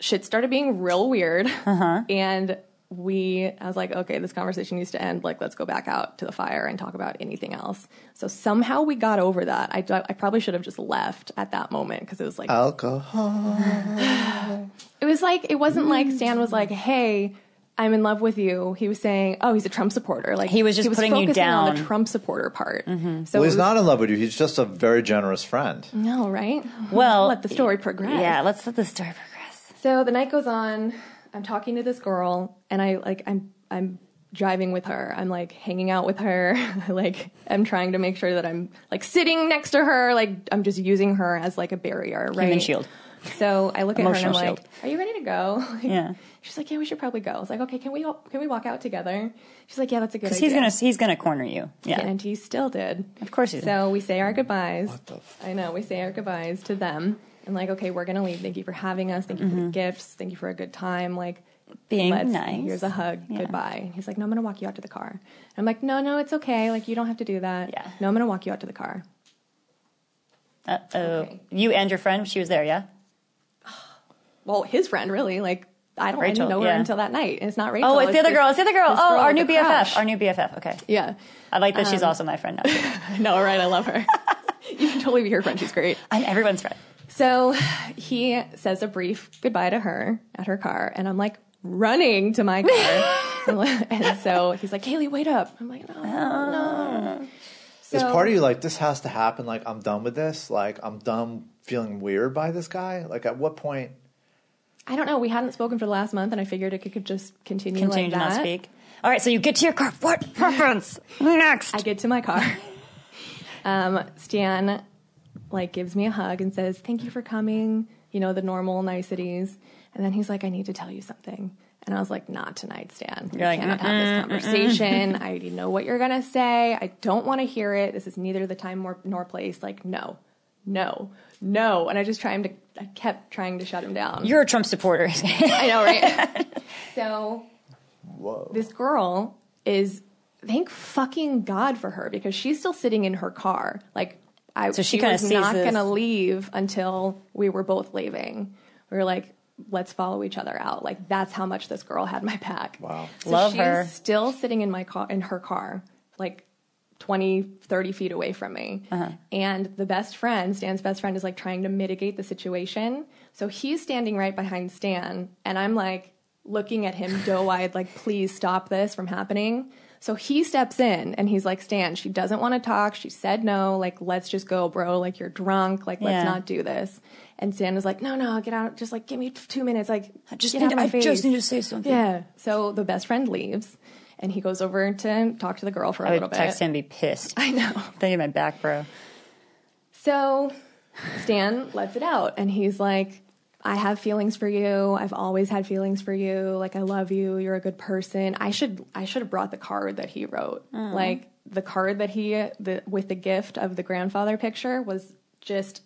[SPEAKER 3] shit started being real weird,
[SPEAKER 1] Uh-huh.
[SPEAKER 3] and we I was like, okay, this conversation needs to end. Like, let's go back out to the fire and talk about anything else. So somehow we got over that. I I probably should have just left at that moment because it was like
[SPEAKER 2] Alcohol.
[SPEAKER 3] it was like it wasn't like
[SPEAKER 1] Mm.
[SPEAKER 3] Stan was like, "Hey, I'm in love with you." He was saying, "Oh, he's a Trump supporter." Like
[SPEAKER 1] He was just putting you
[SPEAKER 3] focusing on the
[SPEAKER 1] down. Mm-hmm.
[SPEAKER 3] Trump supporter part. So
[SPEAKER 2] Well, he's
[SPEAKER 3] it was-
[SPEAKER 2] not in love with you. He's just a very generous friend.
[SPEAKER 3] No, right?
[SPEAKER 1] Well,
[SPEAKER 3] let the story progress.
[SPEAKER 1] Yeah, let's let the story progress.
[SPEAKER 3] So the night goes on. I'm talking to this girl, and I like I'm I'm driving with her. I'm like hanging out with her. <laughs> I like I'm trying to make sure that I'm like sitting next to her. Like I'm just using her as like a barrier, right?
[SPEAKER 1] Human shield.
[SPEAKER 3] So I look at her and I'm
[SPEAKER 1] Emotional
[SPEAKER 3] like,
[SPEAKER 1] shield.
[SPEAKER 3] "Are you ready to go?" <laughs> Like,
[SPEAKER 1] Yeah.
[SPEAKER 3] She's like, "Yeah, we should probably go." I was like, "Okay, can we all- can we walk out together?" She's like, "Yeah, that's a good idea."
[SPEAKER 1] Because he's gonna he's gonna corner you. Yeah.
[SPEAKER 3] and he still did.
[SPEAKER 1] Of course he did.
[SPEAKER 3] So we say our goodbyes. What
[SPEAKER 2] the f-
[SPEAKER 3] I know we say our goodbyes to them, and like, okay, we're gonna leave. Thank you for having us. Thank you for the gifts. Thank you for a good time. Like,
[SPEAKER 1] Mm-hmm. Being
[SPEAKER 3] let's-
[SPEAKER 1] nice.
[SPEAKER 3] Here's a hug.
[SPEAKER 1] Yeah.
[SPEAKER 3] Goodbye. And he's like, no, I'm gonna walk you out to the car. And I'm like, no, no, it's okay. Like, you don't have to do that.
[SPEAKER 1] Yeah.
[SPEAKER 3] No, I'm gonna walk you out to the car.
[SPEAKER 1] Uh oh.
[SPEAKER 3] Okay.
[SPEAKER 1] You and your friend, she was there, yeah? Oh,
[SPEAKER 3] Well, his friend really like. I don't I didn't
[SPEAKER 1] Rachel,
[SPEAKER 3] know her
[SPEAKER 1] yeah.
[SPEAKER 3] until that night. And it's not Rachel.
[SPEAKER 1] Oh, it's the other
[SPEAKER 3] this-
[SPEAKER 1] girl. It's the other girl.
[SPEAKER 3] this
[SPEAKER 1] Oh, our
[SPEAKER 3] with
[SPEAKER 1] new
[SPEAKER 3] the
[SPEAKER 1] BFF.
[SPEAKER 3] crush. Um,
[SPEAKER 1] Our new BFF. Okay.
[SPEAKER 3] Yeah.
[SPEAKER 1] I like that she's also my friend now. too.
[SPEAKER 3] I <laughs> know, right? I love her. you can totally be her friend. She's great.
[SPEAKER 1] I'm everyone's
[SPEAKER 3] <laughs>
[SPEAKER 1] friend.
[SPEAKER 3] So he says a brief goodbye to her at her car, and I'm like running to my car. <laughs> and so he's like, Kaylee, wait up. I'm like, no, no. So,
[SPEAKER 2] Is part of you like this has to happen? Like I'm done with this. Like I'm done feeling weird by this guy. Like at what point?
[SPEAKER 3] I don't know. We hadn't spoken for the last month, and I figured it could, could just continue,
[SPEAKER 1] Continue
[SPEAKER 3] like
[SPEAKER 1] to
[SPEAKER 3] that.
[SPEAKER 1] not speak. All right, so you get to your car.
[SPEAKER 3] <laughs>
[SPEAKER 1] What preference? Next.
[SPEAKER 3] I get to my car. <laughs> um, Stan like gives me a hug and says, "Thank you for coming." You know the normal niceties, and then he's like, "I need to tell you something." And I was like, "Not tonight, Stan. We
[SPEAKER 1] You're like,
[SPEAKER 3] cannot have this conversation. I already know what you're gonna say. I don't want to hear it. This is neither the time nor, nor place. Like, no, no, no." And I just try him to. I kept trying to shut him down.
[SPEAKER 1] You're a Trump supporter. <laughs>
[SPEAKER 3] I know, right? so
[SPEAKER 2] Whoa.
[SPEAKER 3] this girl is thank fucking god for her because she's still sitting in her car like i
[SPEAKER 1] So she
[SPEAKER 3] she,
[SPEAKER 1] kinda
[SPEAKER 3] was
[SPEAKER 1] sees
[SPEAKER 3] not
[SPEAKER 1] this.
[SPEAKER 3] gonna leave until we were both leaving we were like let's follow each other out like that's how much this girl had my back
[SPEAKER 2] Wow.
[SPEAKER 3] So
[SPEAKER 1] Love
[SPEAKER 3] she's
[SPEAKER 1] her.
[SPEAKER 3] still sitting in my car in her car like 20 30 feet away from me
[SPEAKER 1] Uh-huh.
[SPEAKER 3] and the best friend stan's best friend is like trying to mitigate the situation so he's standing right behind stan and i'm like looking at him
[SPEAKER 1] <laughs>
[SPEAKER 3] doe-eyed like please stop this from happening so he steps in and he's like stan she doesn't want to talk she said no like let's just go bro like you're drunk like let's
[SPEAKER 1] Yeah.
[SPEAKER 3] not do this and stan is like no no get out just like give me t- two minutes like
[SPEAKER 1] I just
[SPEAKER 3] get
[SPEAKER 1] need
[SPEAKER 3] out of my
[SPEAKER 1] I
[SPEAKER 3] face."
[SPEAKER 1] just need to say something.
[SPEAKER 3] Yeah. So the best friend leaves, and he goes over to talk to the girl for a
[SPEAKER 1] I
[SPEAKER 3] little
[SPEAKER 1] would
[SPEAKER 3] bit.
[SPEAKER 1] text him and be pissed.
[SPEAKER 3] I know.
[SPEAKER 1] Thank you, my back, bro.
[SPEAKER 3] So Stan lets it out, and he's like, "I have feelings for you. I've always had feelings for you. Like I love you. You're a good person. I should I should have brought the card that he
[SPEAKER 1] Oh.
[SPEAKER 3] wrote. Like the card that he the with the gift of the grandfather picture was just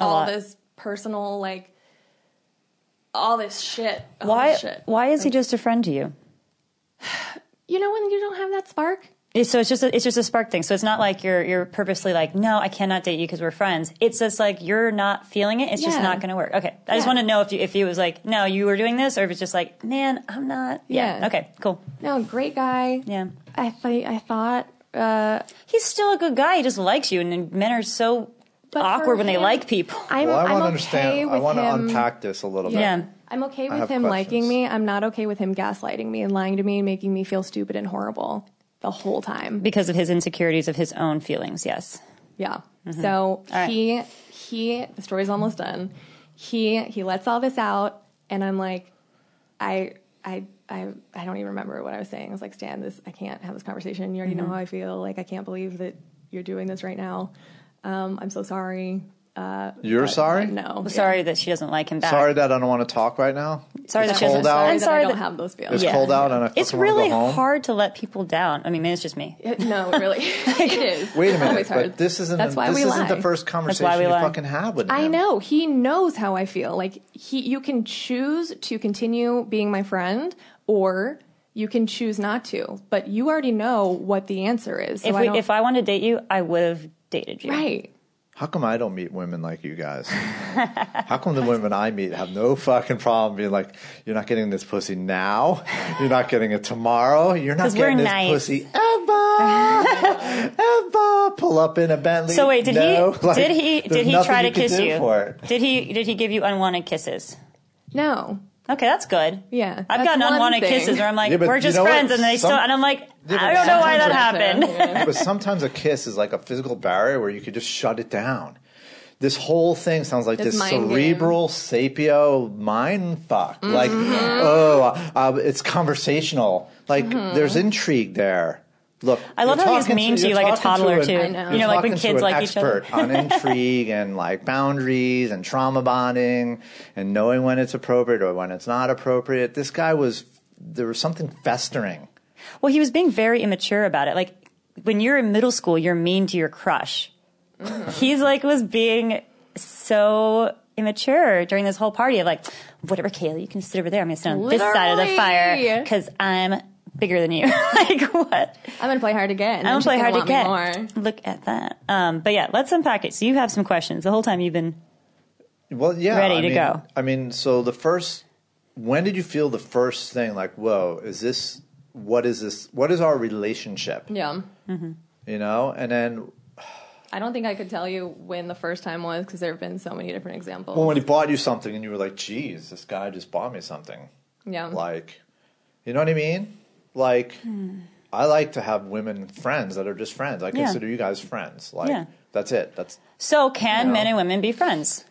[SPEAKER 3] all
[SPEAKER 1] lot.
[SPEAKER 3] this personal like." All this shit. All
[SPEAKER 1] Why?
[SPEAKER 3] this shit.
[SPEAKER 1] Why is he just a friend to you?
[SPEAKER 3] You know when you don't have that spark?
[SPEAKER 1] It's, so it's just a, it's just a spark thing. So it's not like you're you're purposely like, no, I cannot date you because we're friends. It's just like you're not feeling it. It's just
[SPEAKER 3] Yeah.
[SPEAKER 1] not going to work. Okay, I just
[SPEAKER 3] Yeah.
[SPEAKER 1] want to know if you, if he was like, no, you were doing this, or if it's just like, man, I'm not. Yeah.
[SPEAKER 3] Yeah.
[SPEAKER 1] Okay. Cool.
[SPEAKER 3] No, great guy.
[SPEAKER 1] Yeah.
[SPEAKER 3] I th- I thought, uh,
[SPEAKER 1] He's still a good guy. He just likes you, and then men are so
[SPEAKER 3] But for
[SPEAKER 1] awkward when they
[SPEAKER 3] him-
[SPEAKER 1] like people. <laughs>
[SPEAKER 3] I'm,
[SPEAKER 2] Well, I
[SPEAKER 3] I'm
[SPEAKER 2] want to
[SPEAKER 3] okay
[SPEAKER 2] understand.
[SPEAKER 3] with
[SPEAKER 2] I want to
[SPEAKER 3] him.
[SPEAKER 2] unpack this a little
[SPEAKER 1] Yeah.
[SPEAKER 2] bit.
[SPEAKER 3] I'm okay
[SPEAKER 2] have
[SPEAKER 3] with him liking
[SPEAKER 2] questions.
[SPEAKER 3] me. I'm not okay with him gaslighting me and lying to me and making me feel stupid and horrible the whole time.
[SPEAKER 1] because of his insecurities of his own feelings. Yes.
[SPEAKER 3] Yeah. So
[SPEAKER 1] Mm-hmm. right.
[SPEAKER 3] he he the story's almost done. He he lets all this out and I'm like I I I I don't even remember what I was saying. I was like, Stan, this I can't have this conversation. You already
[SPEAKER 1] Mm-hmm.
[SPEAKER 3] know how I feel. Like I can't believe that you're doing this right now. Um, I'm so sorry.
[SPEAKER 2] You're sorry.
[SPEAKER 3] No.
[SPEAKER 1] I'm sorry that she doesn't like him back.
[SPEAKER 2] Sorry that I don't want to talk right now.
[SPEAKER 1] Sorry
[SPEAKER 2] it's
[SPEAKER 1] that she doesn't-
[SPEAKER 2] cold out.
[SPEAKER 1] I'm
[SPEAKER 3] that
[SPEAKER 1] sorry
[SPEAKER 3] I don't
[SPEAKER 1] that-
[SPEAKER 3] have those feelings.
[SPEAKER 2] It's
[SPEAKER 1] Yeah.
[SPEAKER 2] cold out, and I
[SPEAKER 1] It's
[SPEAKER 2] fucking wanna
[SPEAKER 1] really
[SPEAKER 2] go home.
[SPEAKER 1] hard to let people down. I mean, maybe it's just me.
[SPEAKER 3] It- Uh, no, it
[SPEAKER 1] <laughs>
[SPEAKER 3] really, <laughs> it is.
[SPEAKER 2] Wait a
[SPEAKER 3] It's
[SPEAKER 2] minute,
[SPEAKER 3] always hard.
[SPEAKER 2] but this isn't.
[SPEAKER 3] That's why
[SPEAKER 2] this
[SPEAKER 3] we
[SPEAKER 2] isn't
[SPEAKER 3] lie.
[SPEAKER 2] the first conversation
[SPEAKER 1] we
[SPEAKER 2] you
[SPEAKER 1] lie.
[SPEAKER 2] fucking have with him.
[SPEAKER 3] I know he knows how I feel. Like he, you can choose to continue being my friend, or you can choose not to. But you already know what the answer is. So
[SPEAKER 1] if
[SPEAKER 3] I
[SPEAKER 1] we,
[SPEAKER 3] don't-
[SPEAKER 1] if I wanted to date you, I would have dated you.
[SPEAKER 3] right,
[SPEAKER 2] How come I don't meet women like
[SPEAKER 1] <laughs>
[SPEAKER 2] you guys? How come the women I meet have no fucking problem being like, "You're not getting this pussy now. You're not getting it tomorrow. You're not
[SPEAKER 1] 'Cause we're
[SPEAKER 2] getting this
[SPEAKER 1] nice.
[SPEAKER 2] pussy
[SPEAKER 1] <laughs>
[SPEAKER 2] ever, ever." Pull up in a Bentley.
[SPEAKER 1] So wait, did
[SPEAKER 2] No. <laughs>
[SPEAKER 1] he?
[SPEAKER 2] Like,
[SPEAKER 1] did he?
[SPEAKER 2] there's
[SPEAKER 1] Did he
[SPEAKER 2] nothing
[SPEAKER 1] try to
[SPEAKER 2] can
[SPEAKER 1] kiss
[SPEAKER 2] do
[SPEAKER 1] you?
[SPEAKER 2] For it.
[SPEAKER 1] Did he? Did he give you unwanted kisses?
[SPEAKER 3] no,
[SPEAKER 1] Okay, that's good.
[SPEAKER 3] Yeah,
[SPEAKER 1] I've
[SPEAKER 3] that's
[SPEAKER 1] gotten
[SPEAKER 3] one
[SPEAKER 1] unwanted
[SPEAKER 3] thing.
[SPEAKER 1] kisses where I'm like,
[SPEAKER 2] Yeah, but
[SPEAKER 1] we're
[SPEAKER 2] you
[SPEAKER 1] just
[SPEAKER 2] know what?
[SPEAKER 1] friends, and they still,
[SPEAKER 2] Some-
[SPEAKER 1] and I'm like,
[SPEAKER 2] Yeah, but
[SPEAKER 1] I don't know why that
[SPEAKER 2] sometimes
[SPEAKER 1] happened.
[SPEAKER 2] <laughs> but sometimes a kiss is like a physical barrier where you could just shut it down. This whole thing sounds like
[SPEAKER 3] This
[SPEAKER 2] this
[SPEAKER 3] mind game.
[SPEAKER 2] cerebral sapio mind fuck.
[SPEAKER 1] Mm-hmm.
[SPEAKER 2] Like, uh, oh, uh, it's conversational. Like, there's intrigue there. Look,
[SPEAKER 1] Mm-hmm. I love
[SPEAKER 2] you're
[SPEAKER 1] how he's
[SPEAKER 2] talking
[SPEAKER 1] mean to you
[SPEAKER 2] you're
[SPEAKER 1] like a
[SPEAKER 2] talking
[SPEAKER 1] toddler,
[SPEAKER 2] an-
[SPEAKER 1] too.
[SPEAKER 3] I know.
[SPEAKER 2] you're
[SPEAKER 3] You
[SPEAKER 1] know, like when
[SPEAKER 2] talking
[SPEAKER 1] kids
[SPEAKER 2] to an
[SPEAKER 1] like each other.
[SPEAKER 2] expert on intrigue and like boundaries and trauma bonding and knowing when it's appropriate or when it's not appropriate. This guy was there was something festering.
[SPEAKER 1] Well, he was being very immature about it. Like when you're in middle school, you're mean to your crush.
[SPEAKER 3] Mm-hmm.
[SPEAKER 1] He's like was being so immature during this whole party of like, whatever, Kayla, you can sit over there. I'm gonna sit on this side of the fire
[SPEAKER 3] Literally.
[SPEAKER 1] because I'm bigger than you. <laughs> like what?
[SPEAKER 3] I'm gonna play hard again.
[SPEAKER 1] I don't
[SPEAKER 3] She's
[SPEAKER 1] play
[SPEAKER 3] gonna
[SPEAKER 1] hard to get.
[SPEAKER 3] want me more.
[SPEAKER 1] Look at that. Um, but yeah, let's unpack it. So you have some questions the whole time you've been.
[SPEAKER 2] Well, yeah,
[SPEAKER 1] Ready
[SPEAKER 2] I
[SPEAKER 1] to
[SPEAKER 2] mean-
[SPEAKER 1] go.
[SPEAKER 2] I mean, so the first, when did you feel the first thing like, whoa, is this? What is this? What is our relationship?
[SPEAKER 3] Yeah.
[SPEAKER 2] You know, and then
[SPEAKER 3] I don't think I could tell you when the first time was because there have been so many different examples.
[SPEAKER 2] well, when he bought you something, and you were like, "Geez, this guy just bought me something."
[SPEAKER 3] yeah.
[SPEAKER 2] Like, you know what I mean? Like, I like to have women friends that are just friends. I
[SPEAKER 1] Yeah.
[SPEAKER 2] consider you guys friends. Like,
[SPEAKER 1] Yeah.
[SPEAKER 2] that's it. That's
[SPEAKER 1] So can
[SPEAKER 2] No.
[SPEAKER 1] men and women be friends?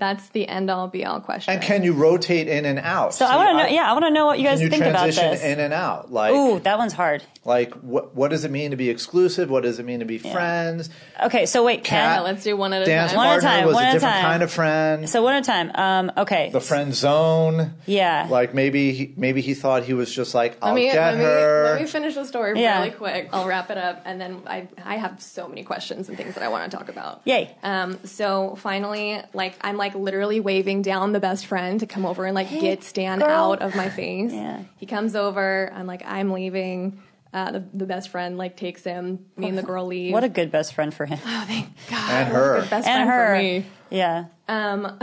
[SPEAKER 3] That's the end all be all question.
[SPEAKER 2] and can you rotate in and out?
[SPEAKER 1] So I want to know. Yeah, I want to know what you guys
[SPEAKER 2] Can you
[SPEAKER 1] think about
[SPEAKER 2] transition
[SPEAKER 1] this.
[SPEAKER 2] in and out? Like,
[SPEAKER 1] Ooh, that one's hard.
[SPEAKER 2] like what? What does it mean to be exclusive? What does it mean to be friends?
[SPEAKER 1] Okay, so wait,
[SPEAKER 2] Cat-
[SPEAKER 1] can
[SPEAKER 3] Yeah, let's do one at a
[SPEAKER 2] Dance
[SPEAKER 3] time.
[SPEAKER 1] One at a
[SPEAKER 2] partner
[SPEAKER 1] time,
[SPEAKER 2] was
[SPEAKER 1] one
[SPEAKER 2] a
[SPEAKER 1] at a
[SPEAKER 2] different
[SPEAKER 1] time.
[SPEAKER 2] kind of friend.
[SPEAKER 1] So one at a time. Um, okay.
[SPEAKER 2] the friend zone.
[SPEAKER 1] Yeah.
[SPEAKER 2] Like maybe he, maybe he thought he was just like I'll
[SPEAKER 3] let me,
[SPEAKER 2] get
[SPEAKER 3] let, me,
[SPEAKER 2] her.
[SPEAKER 3] let me finish the story
[SPEAKER 1] Yeah.
[SPEAKER 3] really quick. I'll wrap it up, and then I I have so many questions and things that I want to talk about.
[SPEAKER 1] Yay.
[SPEAKER 3] Um. So finally, like I'm like literally waving down the best friend to come over and like get Stan
[SPEAKER 1] girl.
[SPEAKER 3] out of my face.
[SPEAKER 1] Yeah.
[SPEAKER 3] He comes over. I'm like I'm leaving. Uh, the, the best friend like takes him. Me and the girl leave.
[SPEAKER 1] what a good best friend
[SPEAKER 3] <sighs>
[SPEAKER 1] for him
[SPEAKER 3] oh, thank God.
[SPEAKER 2] And her.
[SPEAKER 3] Good best
[SPEAKER 1] and
[SPEAKER 3] friend
[SPEAKER 1] her.
[SPEAKER 3] for me.
[SPEAKER 1] Yeah.
[SPEAKER 3] Um.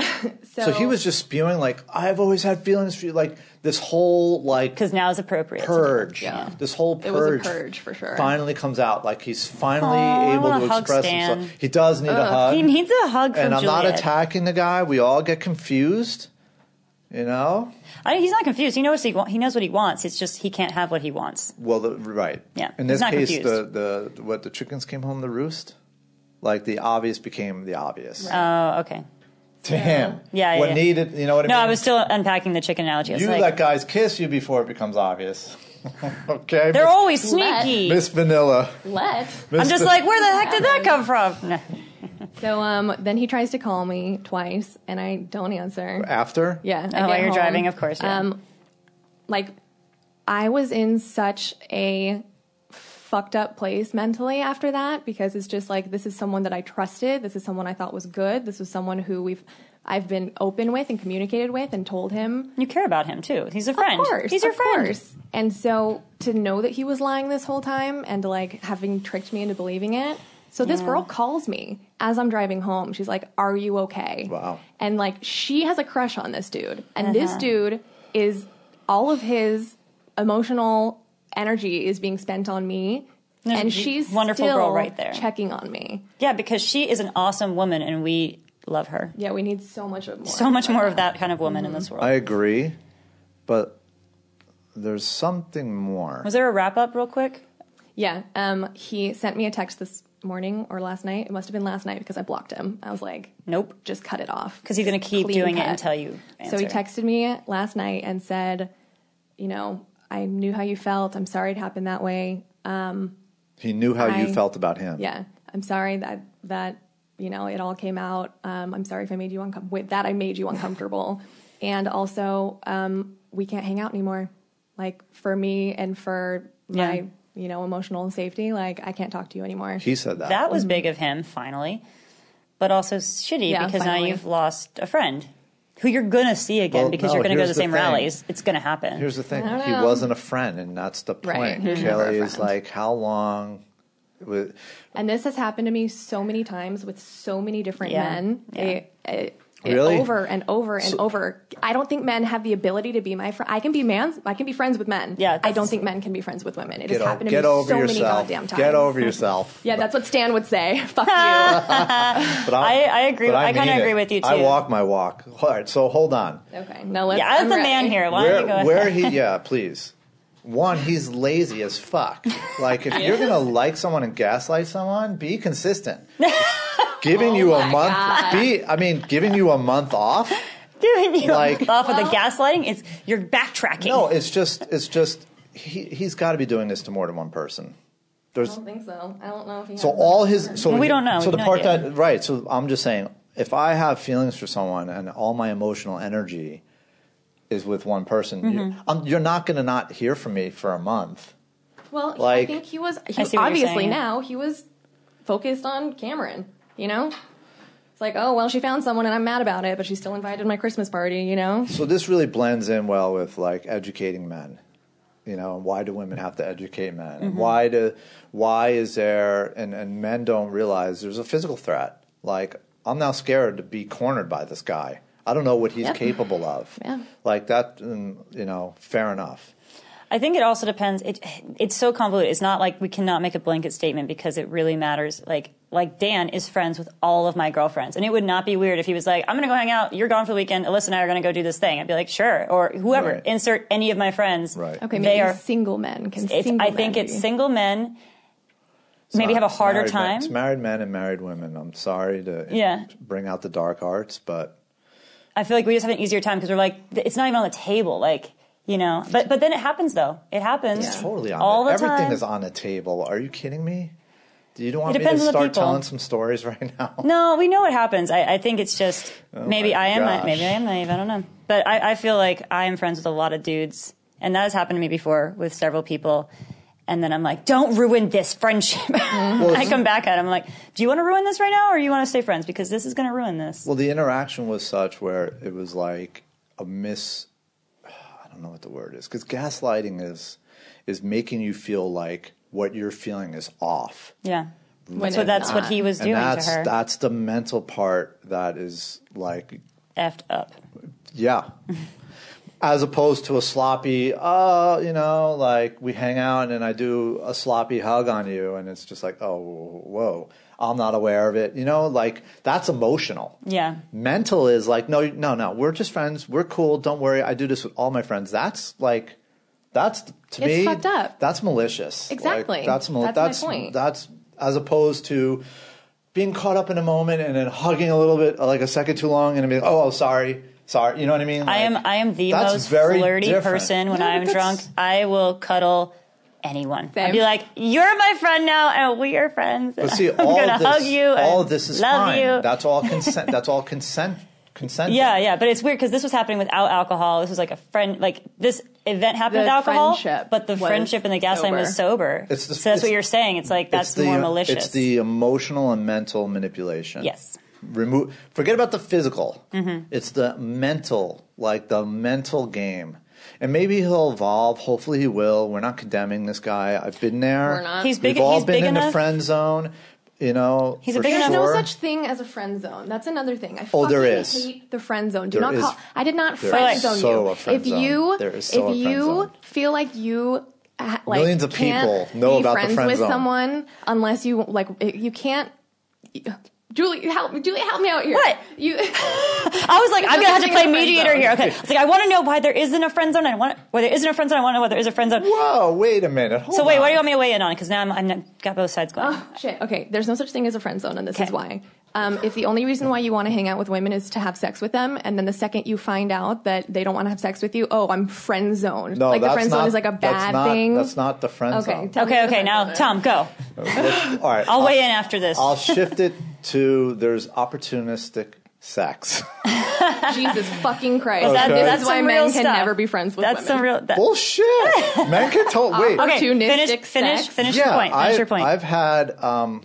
[SPEAKER 3] so,
[SPEAKER 2] so he was just spewing like I've always had feelings for you. Like this whole like
[SPEAKER 1] Because now is appropriate.
[SPEAKER 2] purge.
[SPEAKER 3] Yeah.
[SPEAKER 2] This whole purge.
[SPEAKER 3] It was a purge, for sure.
[SPEAKER 2] Finally comes out. Like he's finally
[SPEAKER 1] Aw, I
[SPEAKER 2] able
[SPEAKER 1] wanna
[SPEAKER 2] to
[SPEAKER 1] hug
[SPEAKER 2] express
[SPEAKER 1] Stan.
[SPEAKER 2] himself. He does need a hug.
[SPEAKER 1] He needs a hug from
[SPEAKER 2] and I'm
[SPEAKER 1] Juliet.
[SPEAKER 2] not attacking the guy. We all get confused. You know?
[SPEAKER 1] I, he's not confused. He knows he wa- he knows what he wants. It's just he can't have what he wants.
[SPEAKER 2] Well, the, right.
[SPEAKER 1] Yeah,
[SPEAKER 2] In
[SPEAKER 1] he's
[SPEAKER 2] this
[SPEAKER 1] not
[SPEAKER 2] case,
[SPEAKER 1] confused.
[SPEAKER 2] the the what the chickens came home to roost. Like the obvious became the obvious
[SPEAKER 3] Uh,
[SPEAKER 1] Oh, okay.
[SPEAKER 2] to him.
[SPEAKER 1] Yeah, yeah,
[SPEAKER 2] What
[SPEAKER 1] yeah.
[SPEAKER 2] needed, you know what I
[SPEAKER 1] No,
[SPEAKER 2] mean?
[SPEAKER 1] I was still unpacking the chicken analogy. I was
[SPEAKER 2] you
[SPEAKER 1] like,
[SPEAKER 2] let guys kiss you before it becomes obvious. <laughs> okay.
[SPEAKER 1] they're always
[SPEAKER 3] Let-
[SPEAKER 1] sneaky.
[SPEAKER 2] Miss Vanilla.
[SPEAKER 3] let.
[SPEAKER 2] Miss
[SPEAKER 1] I'm just
[SPEAKER 2] Va-
[SPEAKER 1] like, where the heck did that come
[SPEAKER 3] <laughs>
[SPEAKER 1] from? No.
[SPEAKER 3] So um, then he tries to call me twice, and I don't answer.
[SPEAKER 2] after.
[SPEAKER 3] Yeah. I
[SPEAKER 1] Oh,
[SPEAKER 3] get
[SPEAKER 1] while you're
[SPEAKER 3] home.
[SPEAKER 1] driving, of course. Yeah.
[SPEAKER 3] Um, like, I was in such a fucked up place mentally after that because it's just like this is someone that I trusted. This is someone I thought was good. This was someone who we've I've been open with and communicated with and told him
[SPEAKER 1] you care about him too. He's a friend.
[SPEAKER 3] Of course,
[SPEAKER 1] he's your
[SPEAKER 3] of
[SPEAKER 1] friend.
[SPEAKER 3] course. And so to know that he was lying this whole time and like having tricked me into believing it. So this girl calls me as I'm driving home. She's like, "Are you okay?"
[SPEAKER 2] Wow.
[SPEAKER 3] And like she has a crush on this dude,
[SPEAKER 1] Uh-huh.
[SPEAKER 3] and this dude is all of his emotional energy is being spent on me,
[SPEAKER 1] There's
[SPEAKER 3] and
[SPEAKER 1] a
[SPEAKER 3] she's
[SPEAKER 1] wonderful
[SPEAKER 3] still
[SPEAKER 1] girl right there.
[SPEAKER 3] checking on me.
[SPEAKER 1] Yeah, because she is an awesome woman, and we love her.
[SPEAKER 3] Yeah, we need so much of more.
[SPEAKER 1] So much more of that kind of woman in this world.
[SPEAKER 3] Mm-hmm.
[SPEAKER 2] I agree, but there's something more.
[SPEAKER 1] Was there a wrap up, real quick?
[SPEAKER 3] Yeah. Um, he sent me a text this morning or last night. It must have been last night because I blocked him. I was like,
[SPEAKER 1] Nope.
[SPEAKER 3] just cut it off.
[SPEAKER 1] Because he's going to keep
[SPEAKER 3] Clean
[SPEAKER 1] doing
[SPEAKER 3] cut.
[SPEAKER 1] it until you answer.
[SPEAKER 3] So he texted me last night and said, you know, I knew how you felt. I'm sorry it happened that way.
[SPEAKER 2] He knew how you
[SPEAKER 3] I-
[SPEAKER 2] felt about him.
[SPEAKER 3] Yeah. I'm sorry that that you know it all came out. Um, I'm sorry if I made you uncomfortable. With that, I made you uncomfortable. and also, um, we can't hang out anymore. Like for me and for
[SPEAKER 1] Yeah.
[SPEAKER 3] my you know emotional safety, like I can't talk to you anymore.
[SPEAKER 2] He said that.
[SPEAKER 1] That was big of him, finally, but also shitty
[SPEAKER 3] Mm-hmm. Yeah,
[SPEAKER 1] because now
[SPEAKER 3] finally.
[SPEAKER 1] you've lost a friend who you're gonna see again
[SPEAKER 2] Well,
[SPEAKER 1] because
[SPEAKER 2] no,
[SPEAKER 1] you're gonna go to
[SPEAKER 2] here's
[SPEAKER 1] the
[SPEAKER 2] the
[SPEAKER 1] same
[SPEAKER 2] thing.
[SPEAKER 1] rallies. It's gonna happen.
[SPEAKER 2] Here's the thing:
[SPEAKER 3] I don't
[SPEAKER 2] he
[SPEAKER 3] know.
[SPEAKER 2] wasn't a friend, and that's the point.
[SPEAKER 3] Right, he was never
[SPEAKER 2] Kelly
[SPEAKER 3] a
[SPEAKER 2] is
[SPEAKER 3] friend.
[SPEAKER 2] like, how long? Was,
[SPEAKER 3] And this has happened to me so many times with so many different
[SPEAKER 1] Yeah.
[SPEAKER 3] men.
[SPEAKER 1] Yeah.
[SPEAKER 3] It- it- it-
[SPEAKER 2] Really?
[SPEAKER 3] over and over and over. I don't think men have the ability to be my friend. I can be man. I can be friends with men.
[SPEAKER 1] Yeah,
[SPEAKER 3] I don't
[SPEAKER 1] that's-
[SPEAKER 3] think men can be friends with women. It
[SPEAKER 2] get,
[SPEAKER 3] has
[SPEAKER 2] o-
[SPEAKER 3] happened
[SPEAKER 2] get
[SPEAKER 3] to me
[SPEAKER 2] over
[SPEAKER 3] so many
[SPEAKER 2] yourself.
[SPEAKER 3] goddamn times.
[SPEAKER 2] Get
[SPEAKER 1] <laughs>
[SPEAKER 2] over yourself.
[SPEAKER 3] Yeah, that's what Stan would say. <laughs> Fuck
[SPEAKER 2] <laughs> But
[SPEAKER 3] you.
[SPEAKER 2] I,
[SPEAKER 1] I- I agree- I kinda
[SPEAKER 2] mean
[SPEAKER 1] agree
[SPEAKER 2] it.
[SPEAKER 1] with you,
[SPEAKER 2] I
[SPEAKER 1] too.
[SPEAKER 2] walk my walk. All right, so hold on.
[SPEAKER 3] okay, now let's.
[SPEAKER 1] yeah, I'm
[SPEAKER 3] I'm
[SPEAKER 1] the
[SPEAKER 3] ready.
[SPEAKER 1] man here. Why don't you go
[SPEAKER 2] where,
[SPEAKER 1] ahead? <laughs>
[SPEAKER 2] where he? Yeah, please. One, he's lazy as fuck. Like, if
[SPEAKER 1] <laughs>
[SPEAKER 2] you're gonna like someone and gaslight someone, be consistent.
[SPEAKER 1] Oh
[SPEAKER 2] giving you a
[SPEAKER 3] my
[SPEAKER 2] month,
[SPEAKER 3] God.
[SPEAKER 2] be. I mean, giving you a month off.
[SPEAKER 1] doing you
[SPEAKER 2] Like-
[SPEAKER 1] off with the gaslighting? It's you're backtracking.
[SPEAKER 2] No, it's just, it's just. He, he's got to be doing this to more than one person.
[SPEAKER 3] I
[SPEAKER 2] There's
[SPEAKER 3] don't think so. I don't know if he.
[SPEAKER 2] so
[SPEAKER 3] has
[SPEAKER 2] all his so
[SPEAKER 1] Well, we don't know.
[SPEAKER 2] So the
[SPEAKER 1] No
[SPEAKER 2] part
[SPEAKER 1] idea.
[SPEAKER 2] that right. So I'm just saying, if I have feelings for someone and all my emotional energy is with one person, you,
[SPEAKER 1] Mm-hmm.
[SPEAKER 2] I'm, you're not going to not hear from me for a month.
[SPEAKER 3] Well, he-
[SPEAKER 2] Like-
[SPEAKER 3] I think he was.
[SPEAKER 1] I
[SPEAKER 3] He,
[SPEAKER 1] see what you're
[SPEAKER 3] obviously,
[SPEAKER 1] saying.
[SPEAKER 3] now he was focused on Cameron. You know, it's like, oh well, she found someone, and I'm mad about it, but she still invited my Christmas party. You know,
[SPEAKER 2] So this really blends in well with like educating men. You know, and why do women have to educate men? And
[SPEAKER 1] Mm-hmm.
[SPEAKER 2] why do why is there and, and men don't realize there's a physical threat. Like I'm now scared to be cornered by this guy. I don't know what he's
[SPEAKER 3] Yep.
[SPEAKER 2] capable of.
[SPEAKER 3] Yeah.
[SPEAKER 2] Like that, mm, you know, fair enough.
[SPEAKER 1] I think it also depends. It, it's so convoluted. It's not like we cannot make a blanket statement because it really matters. Like like Dan is friends with all of my girlfriends, and it would not be weird if he was like, "I'm going to go hang out. You're gone for the weekend. Alyssa and I are going to go do this thing." I'd be like, "Sure," or whoever.
[SPEAKER 2] Right.
[SPEAKER 1] Insert any of my friends.
[SPEAKER 2] Right.
[SPEAKER 3] okay,
[SPEAKER 1] They
[SPEAKER 3] maybe
[SPEAKER 1] are-
[SPEAKER 3] single men can.
[SPEAKER 1] It's,
[SPEAKER 3] single
[SPEAKER 1] I think
[SPEAKER 3] men
[SPEAKER 1] it's
[SPEAKER 3] be-
[SPEAKER 1] single men. Maybe have a
[SPEAKER 2] It's
[SPEAKER 1] harder
[SPEAKER 2] married men-
[SPEAKER 1] time.
[SPEAKER 2] It's married men and married women. I'm sorry to
[SPEAKER 1] Yeah.
[SPEAKER 2] bring out the dark arts, but
[SPEAKER 1] I feel like we just have an easier time because we're like, th- it's not even on the table. Like, you know, but but then it happens though. It happens
[SPEAKER 3] Yeah.
[SPEAKER 2] totally on
[SPEAKER 1] all
[SPEAKER 2] the,
[SPEAKER 1] the
[SPEAKER 2] everything
[SPEAKER 1] time.
[SPEAKER 2] is on the table. Are you kidding me? Do you don't want
[SPEAKER 1] It
[SPEAKER 2] me to
[SPEAKER 1] depends on the
[SPEAKER 2] start
[SPEAKER 1] people.
[SPEAKER 2] telling some stories <laughs> right now?
[SPEAKER 1] No, we know what happens. I, I think it's just maybe
[SPEAKER 2] Oh my
[SPEAKER 1] I am
[SPEAKER 2] gosh.
[SPEAKER 1] maybe I am naive. I don't know, but I, I feel like I am friends with a lot of dudes, and that has happened to me before with several people. And then I'm like, don't ruin this friendship. <laughs>
[SPEAKER 2] Mm-hmm.
[SPEAKER 1] I come back at him I'm like, do you want to ruin this right now, or you want to stay friends because this is going to ruin this?
[SPEAKER 2] Well, the interaction was such where it was like a miss. I don't know what the word is because gaslighting is is making you feel like what you're feeling is off.
[SPEAKER 1] yeah.
[SPEAKER 3] When
[SPEAKER 1] So
[SPEAKER 3] it's
[SPEAKER 1] that's what
[SPEAKER 3] not.
[SPEAKER 1] he was
[SPEAKER 2] And
[SPEAKER 1] doing to
[SPEAKER 2] that's
[SPEAKER 1] her.
[SPEAKER 2] that's the mental part that is like
[SPEAKER 1] Effed up.
[SPEAKER 2] Yeah. As opposed to a sloppy, uh, you know, like we hang out and I do a sloppy hug on you, and it's just like, oh, whoa, I'm not aware of it. You know, like that's emotional.
[SPEAKER 1] Yeah.
[SPEAKER 2] Mental is like, no, no, no, we're just friends. We're cool. Don't worry. I do this with all my friends. That's like, that's to me,
[SPEAKER 3] fucked up.
[SPEAKER 2] That's malicious. Like,
[SPEAKER 3] Exactly.
[SPEAKER 2] that's mal-
[SPEAKER 3] That's my
[SPEAKER 2] that's
[SPEAKER 3] point.
[SPEAKER 2] that's as opposed to being caught up in a moment and then hugging a little bit, like a second too long, and then being, oh, oh, sorry, sorry. You know what I mean?
[SPEAKER 1] I am
[SPEAKER 2] Like,
[SPEAKER 1] I am the
[SPEAKER 2] that's
[SPEAKER 1] most
[SPEAKER 2] very
[SPEAKER 1] flirty
[SPEAKER 2] different.
[SPEAKER 1] person when
[SPEAKER 2] No,
[SPEAKER 1] I'm
[SPEAKER 2] but
[SPEAKER 1] drunk.
[SPEAKER 2] that's-
[SPEAKER 1] I will cuddle anyone. I'd
[SPEAKER 3] Same.
[SPEAKER 1] be like, "You're my friend now, and we are friends.
[SPEAKER 2] But see,
[SPEAKER 1] <laughs> I'm
[SPEAKER 2] all
[SPEAKER 1] gonna
[SPEAKER 2] of this,
[SPEAKER 1] hug you.
[SPEAKER 2] all
[SPEAKER 1] and
[SPEAKER 2] of this is
[SPEAKER 1] love
[SPEAKER 2] fine.
[SPEAKER 1] you." <laughs>
[SPEAKER 2] That's all consent. that's all consent. Consent.
[SPEAKER 1] yeah, yeah, but it's weird because this was happening without alcohol. This was like a friend, like this event happened
[SPEAKER 3] The
[SPEAKER 1] with alcohol,
[SPEAKER 3] friendship
[SPEAKER 1] but the
[SPEAKER 3] was
[SPEAKER 1] friendship and the gaslighting was sober.
[SPEAKER 2] It's the-
[SPEAKER 1] so that's
[SPEAKER 2] it's-
[SPEAKER 1] what you're saying. It's like that's
[SPEAKER 2] it's the, uh,
[SPEAKER 1] more malicious.
[SPEAKER 2] It's the emotional and mental manipulation.
[SPEAKER 1] Yes. Mm-hmm.
[SPEAKER 2] Remove. Forget about the physical. It's the mental, like the mental game. And maybe he'll evolve. Hopefully, he will. We're not condemning this guy. I've been there.
[SPEAKER 3] We're not.
[SPEAKER 1] he's
[SPEAKER 2] We've
[SPEAKER 1] big.
[SPEAKER 2] all
[SPEAKER 1] he's
[SPEAKER 2] been
[SPEAKER 1] big
[SPEAKER 2] in the
[SPEAKER 1] enough.
[SPEAKER 2] friend zone. You know,
[SPEAKER 1] He's a
[SPEAKER 2] for
[SPEAKER 1] big
[SPEAKER 3] There's
[SPEAKER 1] enough-
[SPEAKER 2] sure.
[SPEAKER 3] no such thing as a friend zone. That's another thing. I
[SPEAKER 2] Oh, there
[SPEAKER 3] fucking
[SPEAKER 2] is.
[SPEAKER 3] hate the friend zone. Do
[SPEAKER 2] There
[SPEAKER 3] not
[SPEAKER 2] is-
[SPEAKER 3] call. I did not
[SPEAKER 2] there
[SPEAKER 3] friend
[SPEAKER 1] is
[SPEAKER 3] zone
[SPEAKER 2] so
[SPEAKER 3] you.
[SPEAKER 2] a friend
[SPEAKER 3] if
[SPEAKER 2] zone.
[SPEAKER 3] you
[SPEAKER 2] There is so
[SPEAKER 3] if
[SPEAKER 2] a friend
[SPEAKER 3] you
[SPEAKER 2] zone.
[SPEAKER 3] feel like you ha- like
[SPEAKER 2] Millions of
[SPEAKER 3] can't
[SPEAKER 2] people know
[SPEAKER 3] be
[SPEAKER 2] about the
[SPEAKER 3] friends
[SPEAKER 2] friend
[SPEAKER 3] with
[SPEAKER 2] zone.
[SPEAKER 3] someone unless you like you can't. Julie, help! Julie, help me out here.
[SPEAKER 1] What?
[SPEAKER 3] you?
[SPEAKER 1] I was like, I'm gonna have to
[SPEAKER 3] There's no
[SPEAKER 1] play
[SPEAKER 3] friend
[SPEAKER 1] mediator
[SPEAKER 3] zone.
[SPEAKER 1] here. Okay, it's like I want to know why there isn't a friend zone. I want why there isn't a friend zone. I want to know why there is a friend zone.
[SPEAKER 2] Whoa! Wait a minute. Hold
[SPEAKER 1] So wait,
[SPEAKER 2] on.
[SPEAKER 1] what do you want me to weigh in on? Because now I'm, I'm got both sides going.
[SPEAKER 3] Oh, shit. Okay, there's no such thing as a friend zone, and this
[SPEAKER 1] Okay.
[SPEAKER 3] is why. Um, if the only reason why you want to hang out with women is to have sex with them, and then the second you find out that they don't want to have sex with you, oh, I'm friend zoned.
[SPEAKER 2] No,
[SPEAKER 3] like the
[SPEAKER 2] that's
[SPEAKER 3] friend zone
[SPEAKER 2] not-
[SPEAKER 3] is like a
[SPEAKER 2] that's
[SPEAKER 3] bad
[SPEAKER 2] not-
[SPEAKER 3] thing.
[SPEAKER 2] That's not the friend
[SPEAKER 3] Okay,
[SPEAKER 2] zone.
[SPEAKER 3] tell me
[SPEAKER 1] okay,
[SPEAKER 3] the
[SPEAKER 1] okay.
[SPEAKER 3] friend
[SPEAKER 1] Now,
[SPEAKER 3] zone.
[SPEAKER 1] Tom, go.
[SPEAKER 2] Let's- all right.
[SPEAKER 1] I'll weigh in after this.
[SPEAKER 2] I'll shift it to there's opportunistic sex.
[SPEAKER 1] <laughs>
[SPEAKER 3] Jesus fucking Christ.
[SPEAKER 2] That- Okay.
[SPEAKER 3] This
[SPEAKER 2] that's
[SPEAKER 3] is why
[SPEAKER 1] some
[SPEAKER 3] men
[SPEAKER 1] real
[SPEAKER 3] can
[SPEAKER 1] stuff.
[SPEAKER 3] never be friends with
[SPEAKER 1] That's
[SPEAKER 3] women.
[SPEAKER 1] some real. That,
[SPEAKER 2] Bullshit.
[SPEAKER 1] <laughs>
[SPEAKER 2] Men can totally wait.
[SPEAKER 1] okay, finish,
[SPEAKER 3] opportunistic
[SPEAKER 1] finish,
[SPEAKER 3] sex.
[SPEAKER 1] finish
[SPEAKER 2] yeah,
[SPEAKER 1] your point. Finish
[SPEAKER 2] I,
[SPEAKER 1] your point.
[SPEAKER 2] I've had um,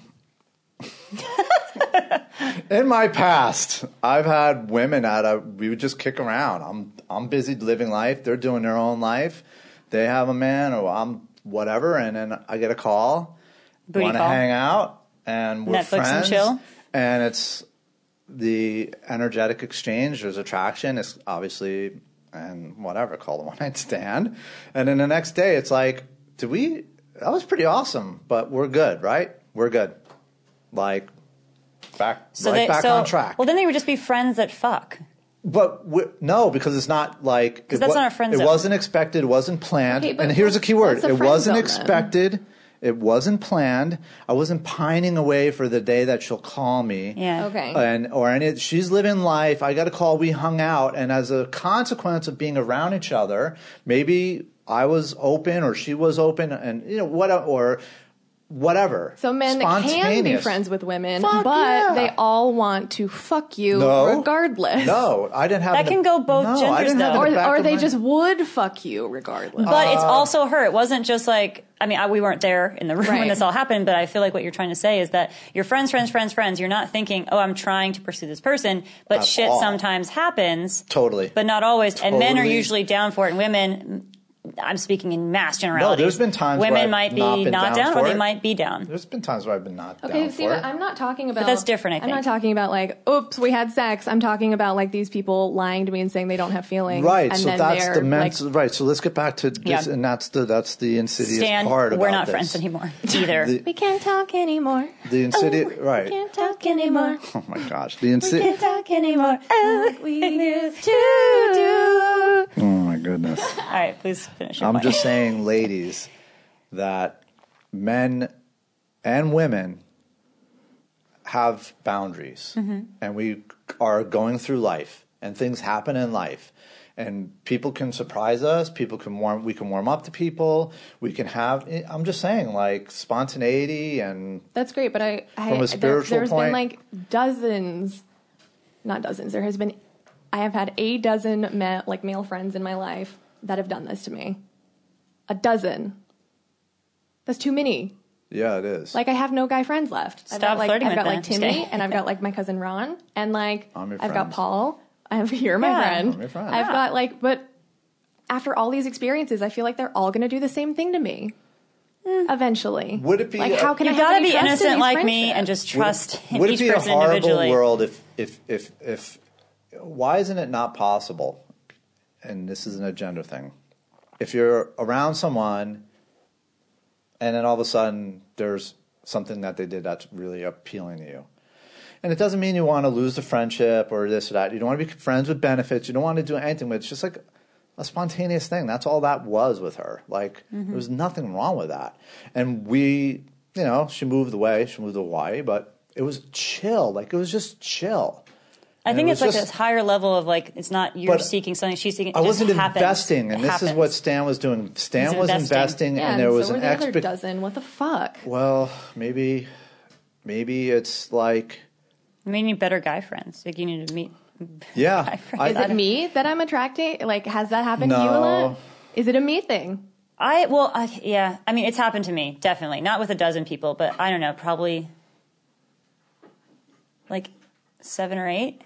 [SPEAKER 2] in my past, I've had women at a we would just kick around. I'm I'm busy living life. They're doing their own life. They have a man, or I'm whatever, and then I get a call.
[SPEAKER 1] Booty
[SPEAKER 2] wanna
[SPEAKER 1] call.
[SPEAKER 2] hang out, and we're
[SPEAKER 1] Netflix and
[SPEAKER 2] friends,
[SPEAKER 1] chill.
[SPEAKER 2] and it's the energetic exchange. There's attraction. It's obviously and whatever called <laughs> a one night stand, and then the next day it's like, did we? That was pretty awesome, but we're good, right? We're good. Like back, right
[SPEAKER 1] they-
[SPEAKER 2] back on track.
[SPEAKER 1] Well, then they would just be friends that fuck.
[SPEAKER 2] but we no, because it's not like it
[SPEAKER 1] that's
[SPEAKER 2] wa-
[SPEAKER 1] not a friend
[SPEAKER 2] It
[SPEAKER 1] zone.
[SPEAKER 2] wasn't expected. It wasn't planned.
[SPEAKER 3] Okay, but
[SPEAKER 2] and here's a key word:
[SPEAKER 3] what's a
[SPEAKER 2] it
[SPEAKER 3] friend
[SPEAKER 2] wasn't
[SPEAKER 3] zone then?
[SPEAKER 2] expected. It wasn't planned. I wasn't pining away for the day that she'll call me
[SPEAKER 1] Yeah.
[SPEAKER 3] Okay.
[SPEAKER 2] and or any she's living life i got a call we hung out and as a consequence of being around each other maybe i was open or she was open and you know what or whatever.
[SPEAKER 3] So men can be
[SPEAKER 2] Spontaneous.
[SPEAKER 3] friends with women,
[SPEAKER 2] Fuck
[SPEAKER 3] but
[SPEAKER 2] yeah.
[SPEAKER 3] they all want to fuck you
[SPEAKER 2] No.
[SPEAKER 3] regardless.
[SPEAKER 2] No, I didn't have
[SPEAKER 1] That
[SPEAKER 2] it-
[SPEAKER 1] can go both
[SPEAKER 2] no, I
[SPEAKER 1] genders,
[SPEAKER 2] didn't have
[SPEAKER 1] though.
[SPEAKER 2] it in the
[SPEAKER 3] Or,
[SPEAKER 2] back Oh,
[SPEAKER 3] or
[SPEAKER 2] of
[SPEAKER 3] they
[SPEAKER 2] my-
[SPEAKER 3] just would fuck you regardless.
[SPEAKER 1] But
[SPEAKER 2] Uh,
[SPEAKER 1] it's also her. It wasn't just like I mean, I, we weren't there in the room when
[SPEAKER 3] Right.
[SPEAKER 1] this all happened. But I feel like what you're trying to say is that your friends, friends, friends, friends. You're not thinking, oh, I'm trying to pursue this person, but
[SPEAKER 2] At
[SPEAKER 1] shit
[SPEAKER 2] all.
[SPEAKER 1] sometimes happens.
[SPEAKER 2] Totally.
[SPEAKER 1] but not always. And men are
[SPEAKER 2] Totally.
[SPEAKER 1] usually down for it, and women. I'm speaking in mass generalities.
[SPEAKER 2] there's been times where
[SPEAKER 1] women might
[SPEAKER 2] I've
[SPEAKER 1] be
[SPEAKER 2] not been
[SPEAKER 1] not
[SPEAKER 2] down
[SPEAKER 1] down,
[SPEAKER 2] for
[SPEAKER 1] or they
[SPEAKER 2] it.
[SPEAKER 1] might be down.
[SPEAKER 2] There's been times where I've been not
[SPEAKER 3] Okay,
[SPEAKER 2] down
[SPEAKER 3] see,
[SPEAKER 2] for
[SPEAKER 3] but
[SPEAKER 2] it.
[SPEAKER 3] I'm not talking about.
[SPEAKER 1] that's different, I
[SPEAKER 3] am not
[SPEAKER 1] think.
[SPEAKER 3] talking about like, oops, we had sex. I'm talking about like these people lying to me and saying they don't have feelings.
[SPEAKER 2] Right,
[SPEAKER 3] and
[SPEAKER 2] so
[SPEAKER 3] then
[SPEAKER 2] that's
[SPEAKER 3] they're,
[SPEAKER 2] the
[SPEAKER 3] like,
[SPEAKER 2] mental. right, so let's get back to this,
[SPEAKER 1] Yeah.
[SPEAKER 2] and that's the that's the insidious
[SPEAKER 1] Stan,
[SPEAKER 2] part.
[SPEAKER 1] we're
[SPEAKER 2] about
[SPEAKER 1] not
[SPEAKER 2] this.
[SPEAKER 1] friends anymore either.
[SPEAKER 2] <laughs> The-
[SPEAKER 3] We can't talk anymore.
[SPEAKER 2] The
[SPEAKER 1] Oh,
[SPEAKER 2] insidious, right?
[SPEAKER 3] Can't talk anymore.
[SPEAKER 2] Oh my gosh, the insidious.
[SPEAKER 3] talk anymore. like we used to do.
[SPEAKER 2] Oh my goodness.
[SPEAKER 1] all right, please finish. Your
[SPEAKER 2] I'm
[SPEAKER 1] point.
[SPEAKER 2] just saying, ladies, that men and women have boundaries, and we are going through life, and things happen in life, and people can surprise us. People can warm. We can warm up to people. We can have. I'm just saying, like spontaneity and
[SPEAKER 3] That's great, but I, I
[SPEAKER 2] From a spiritual
[SPEAKER 3] there, has
[SPEAKER 2] point-
[SPEAKER 3] been like dozens, not dozens. There has been, I have had a dozen ma- like male friends in my life that have done this to me. A dozen. That's too many.
[SPEAKER 2] yeah, it is.
[SPEAKER 3] Like I have no guy friends left. I've
[SPEAKER 1] Stop
[SPEAKER 3] got, like,
[SPEAKER 1] flirting
[SPEAKER 3] I've
[SPEAKER 1] with
[SPEAKER 3] got
[SPEAKER 1] them.
[SPEAKER 3] like
[SPEAKER 1] <laughs> Just
[SPEAKER 3] Timmy,
[SPEAKER 1] kidding.
[SPEAKER 3] and I've got like my cousin Ron, and like
[SPEAKER 2] I'm your
[SPEAKER 3] I've
[SPEAKER 2] friend.
[SPEAKER 3] got Paul. I have <laughs> you're my
[SPEAKER 1] Yeah.
[SPEAKER 3] friend.
[SPEAKER 2] I'm your friend.
[SPEAKER 3] I've
[SPEAKER 1] Yeah.
[SPEAKER 3] got like, but after all these experiences, I feel like they're all going to do the same thing to me. Eventually,
[SPEAKER 2] Would it be
[SPEAKER 3] like
[SPEAKER 2] a-
[SPEAKER 3] how can I
[SPEAKER 1] You've
[SPEAKER 3] have
[SPEAKER 1] got to
[SPEAKER 3] any
[SPEAKER 1] Eh. be
[SPEAKER 3] trust in
[SPEAKER 1] innocent
[SPEAKER 3] these
[SPEAKER 1] like me
[SPEAKER 3] friendships?
[SPEAKER 1] and just
[SPEAKER 2] Would it-
[SPEAKER 1] trust
[SPEAKER 2] <laughs> would
[SPEAKER 1] each
[SPEAKER 2] it be
[SPEAKER 1] person
[SPEAKER 2] a horrible
[SPEAKER 1] individually.
[SPEAKER 2] world if, if if if why isn't it not possible and this is an agenda thing if you're around someone and then all of a sudden there's something that they did that's really appealing to you and it doesn't mean you want to lose the friendship or this or that you don't want to be friends with benefits you don't want to do anything with it's just like a spontaneous thing that's all that was with her like
[SPEAKER 1] Mm-hmm.
[SPEAKER 2] there was nothing wrong with that and we you know she moved away she moved to hawaii but it was chill like it was just chill
[SPEAKER 1] I
[SPEAKER 2] And
[SPEAKER 1] think
[SPEAKER 2] it
[SPEAKER 1] it's like
[SPEAKER 2] was
[SPEAKER 1] this
[SPEAKER 2] just-
[SPEAKER 1] higher level of like it's not you're
[SPEAKER 2] But
[SPEAKER 1] seeking something, she's seeking. It
[SPEAKER 2] I
[SPEAKER 1] just
[SPEAKER 2] wasn't
[SPEAKER 1] happens.
[SPEAKER 2] investing, and
[SPEAKER 1] It
[SPEAKER 2] this is
[SPEAKER 1] happens.
[SPEAKER 2] what Stan was doing. Stan
[SPEAKER 1] He's
[SPEAKER 2] was
[SPEAKER 1] investing.
[SPEAKER 2] investing,
[SPEAKER 3] Yeah,
[SPEAKER 2] and there
[SPEAKER 3] so
[SPEAKER 2] was
[SPEAKER 3] were
[SPEAKER 2] an
[SPEAKER 3] the other
[SPEAKER 2] expectation.
[SPEAKER 3] dozen. What the fuck?
[SPEAKER 2] Well, maybe, maybe it's like,
[SPEAKER 1] You may need better guy friends. Like you need to meet.
[SPEAKER 3] <laughs>
[SPEAKER 2] yeah,
[SPEAKER 1] friends.
[SPEAKER 2] I,
[SPEAKER 3] Is it me that I'm attracting? Like, has that happened to you a
[SPEAKER 2] No.
[SPEAKER 3] lot? Is it a me thing?
[SPEAKER 1] I well, I, yeah. I mean, it's happened to me definitely. Not with a dozen people, but I don't know, probably like seven or eight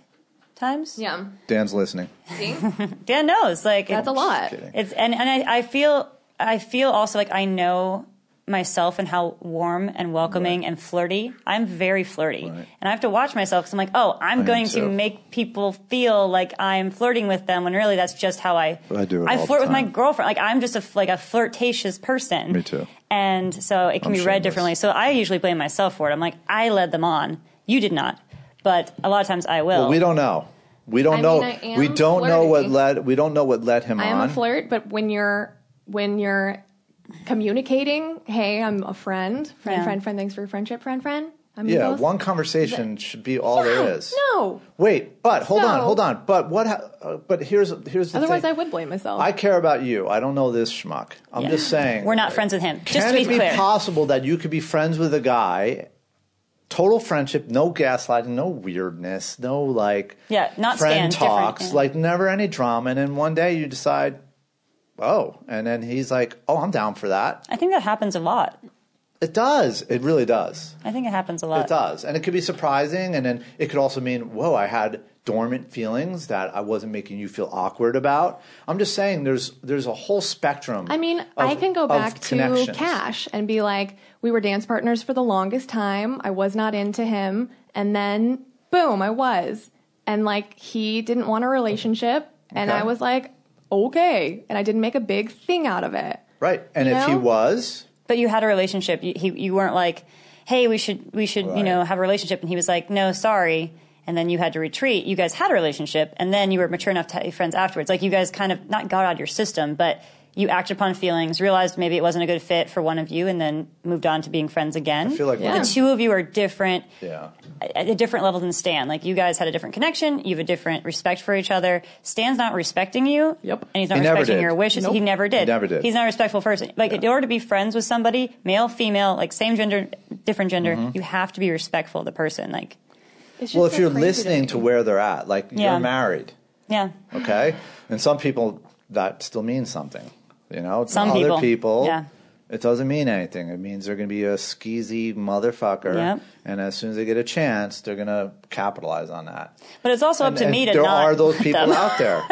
[SPEAKER 1] times.
[SPEAKER 3] Yeah,
[SPEAKER 2] Dan's listening.
[SPEAKER 3] <laughs>
[SPEAKER 1] Dan knows. Like
[SPEAKER 3] that's a
[SPEAKER 1] it-
[SPEAKER 3] lot.
[SPEAKER 2] kidding.
[SPEAKER 1] It's and and I, I feel I feel also like I know myself and how warm and welcoming
[SPEAKER 2] Right.
[SPEAKER 1] and flirty I'm very flirty,
[SPEAKER 2] Right.
[SPEAKER 1] and I have to watch myself because I'm like, oh, I'm
[SPEAKER 2] am
[SPEAKER 1] going to
[SPEAKER 2] too.
[SPEAKER 1] make people feel like I'm flirting with them when really that's just how I
[SPEAKER 2] I do it
[SPEAKER 1] I
[SPEAKER 2] all the
[SPEAKER 1] flirt with my
[SPEAKER 2] time.
[SPEAKER 1] girlfriend. Like I'm just a like a flirtatious person.
[SPEAKER 2] Me too.
[SPEAKER 1] And so it can
[SPEAKER 2] I'm
[SPEAKER 1] be
[SPEAKER 2] shameless.
[SPEAKER 1] read differently. So I usually blame myself for it. I'm like, I led them on. You did not. But a lot of times I will.
[SPEAKER 2] Well, we don't know. We don't
[SPEAKER 3] I
[SPEAKER 2] know.
[SPEAKER 3] mean, I am
[SPEAKER 2] we don't know what
[SPEAKER 3] flirty.
[SPEAKER 2] led. We don't know what led him
[SPEAKER 3] I am
[SPEAKER 2] on.
[SPEAKER 3] a flirt, but when you're when you're communicating, hey, I'm a friend, friend,
[SPEAKER 1] Yeah.
[SPEAKER 3] friend, friend. Thanks for your friendship, friend, friend. I'm
[SPEAKER 2] yeah, one conversation should be all there is.
[SPEAKER 3] No,
[SPEAKER 2] Wait, but hold on,
[SPEAKER 3] So-
[SPEAKER 2] hold on. But what? ha- Uh, but here's here's the
[SPEAKER 3] otherwise
[SPEAKER 2] thing.
[SPEAKER 3] I would blame myself.
[SPEAKER 2] I care about you. I don't know this schmuck. I'm
[SPEAKER 1] Yeah.
[SPEAKER 2] just saying.
[SPEAKER 1] We're not friends with him. Just
[SPEAKER 2] Can
[SPEAKER 1] to be
[SPEAKER 2] it be
[SPEAKER 1] clear.
[SPEAKER 2] possible that you could be friends with a guy, total friendship, no gaslighting, no weirdness, no like
[SPEAKER 1] Yeah, not Stan, different,
[SPEAKER 2] friend talks,
[SPEAKER 1] yeah.
[SPEAKER 2] like never any drama, and then one day you decide, oh, and then he's like, oh, I'm down for that.
[SPEAKER 1] I think that happens a lot.
[SPEAKER 2] It does. It really does.
[SPEAKER 1] I think it happens a lot.
[SPEAKER 2] It does. And it could be surprising. And then it could also mean, whoa, I had dormant feelings that I wasn't making you feel awkward about. I'm just saying there's there's a whole spectrum.
[SPEAKER 3] I mean,
[SPEAKER 2] of-
[SPEAKER 3] I can go
[SPEAKER 2] of
[SPEAKER 3] back to
[SPEAKER 2] connections.
[SPEAKER 3] Cash and be like, we were dance partners for the longest time. I was not into him. And then, boom, I was. And like, he didn't want a relationship. And
[SPEAKER 2] Okay.
[SPEAKER 3] I was like, okay. And I didn't make a big thing out of it.
[SPEAKER 2] Right. And if he
[SPEAKER 3] know?
[SPEAKER 2] was,
[SPEAKER 1] But you had a relationship. You, he, you weren't like, hey, we should, we should, you
[SPEAKER 2] Right.
[SPEAKER 1] know, have a relationship. And he was like, no, sorry. And then you had to retreat. You guys had a relationship, and then you were mature enough to have friends afterwards. Like you guys kind of not got out of your system, but you acted upon feelings, realized maybe it wasn't a good fit for one of you, and then moved on to being friends again.
[SPEAKER 2] I feel like
[SPEAKER 3] Yeah.
[SPEAKER 1] the two of you are different
[SPEAKER 2] yeah.
[SPEAKER 1] at a different level than Stan. Like you guys had a different connection, you have a different respect for each other. Stan's not respecting you.
[SPEAKER 4] Yep.
[SPEAKER 1] And he's not
[SPEAKER 2] He never
[SPEAKER 1] respecting
[SPEAKER 2] did.
[SPEAKER 1] your wishes. He
[SPEAKER 4] Nope.
[SPEAKER 1] never did.
[SPEAKER 2] He never did.
[SPEAKER 1] He's not a respectful person. Like in order to be friends with somebody, male, female, like same gender, different gender,
[SPEAKER 2] Mm-hmm.
[SPEAKER 1] you have to be respectful of the person. Like
[SPEAKER 3] It's just
[SPEAKER 2] Well, if
[SPEAKER 3] so
[SPEAKER 2] you're
[SPEAKER 3] crazy
[SPEAKER 2] listening
[SPEAKER 3] me.
[SPEAKER 2] to where they're at, like
[SPEAKER 1] Yeah.
[SPEAKER 2] you're married,
[SPEAKER 1] yeah.
[SPEAKER 2] okay? And some people that still means something, you know. To
[SPEAKER 1] Some
[SPEAKER 2] other
[SPEAKER 1] people.
[SPEAKER 2] people,
[SPEAKER 1] Yeah.
[SPEAKER 2] it doesn't mean anything. It means they're going to be a skeezy motherfucker,
[SPEAKER 1] Yep.
[SPEAKER 2] and as soon as they get a chance, they're going to capitalize on that.
[SPEAKER 1] But it's also up to
[SPEAKER 2] And-
[SPEAKER 1] me
[SPEAKER 2] and
[SPEAKER 1] to
[SPEAKER 2] there
[SPEAKER 1] not
[SPEAKER 2] are
[SPEAKER 1] <laughs>
[SPEAKER 2] those
[SPEAKER 1] let
[SPEAKER 2] people
[SPEAKER 1] them-
[SPEAKER 2] out there.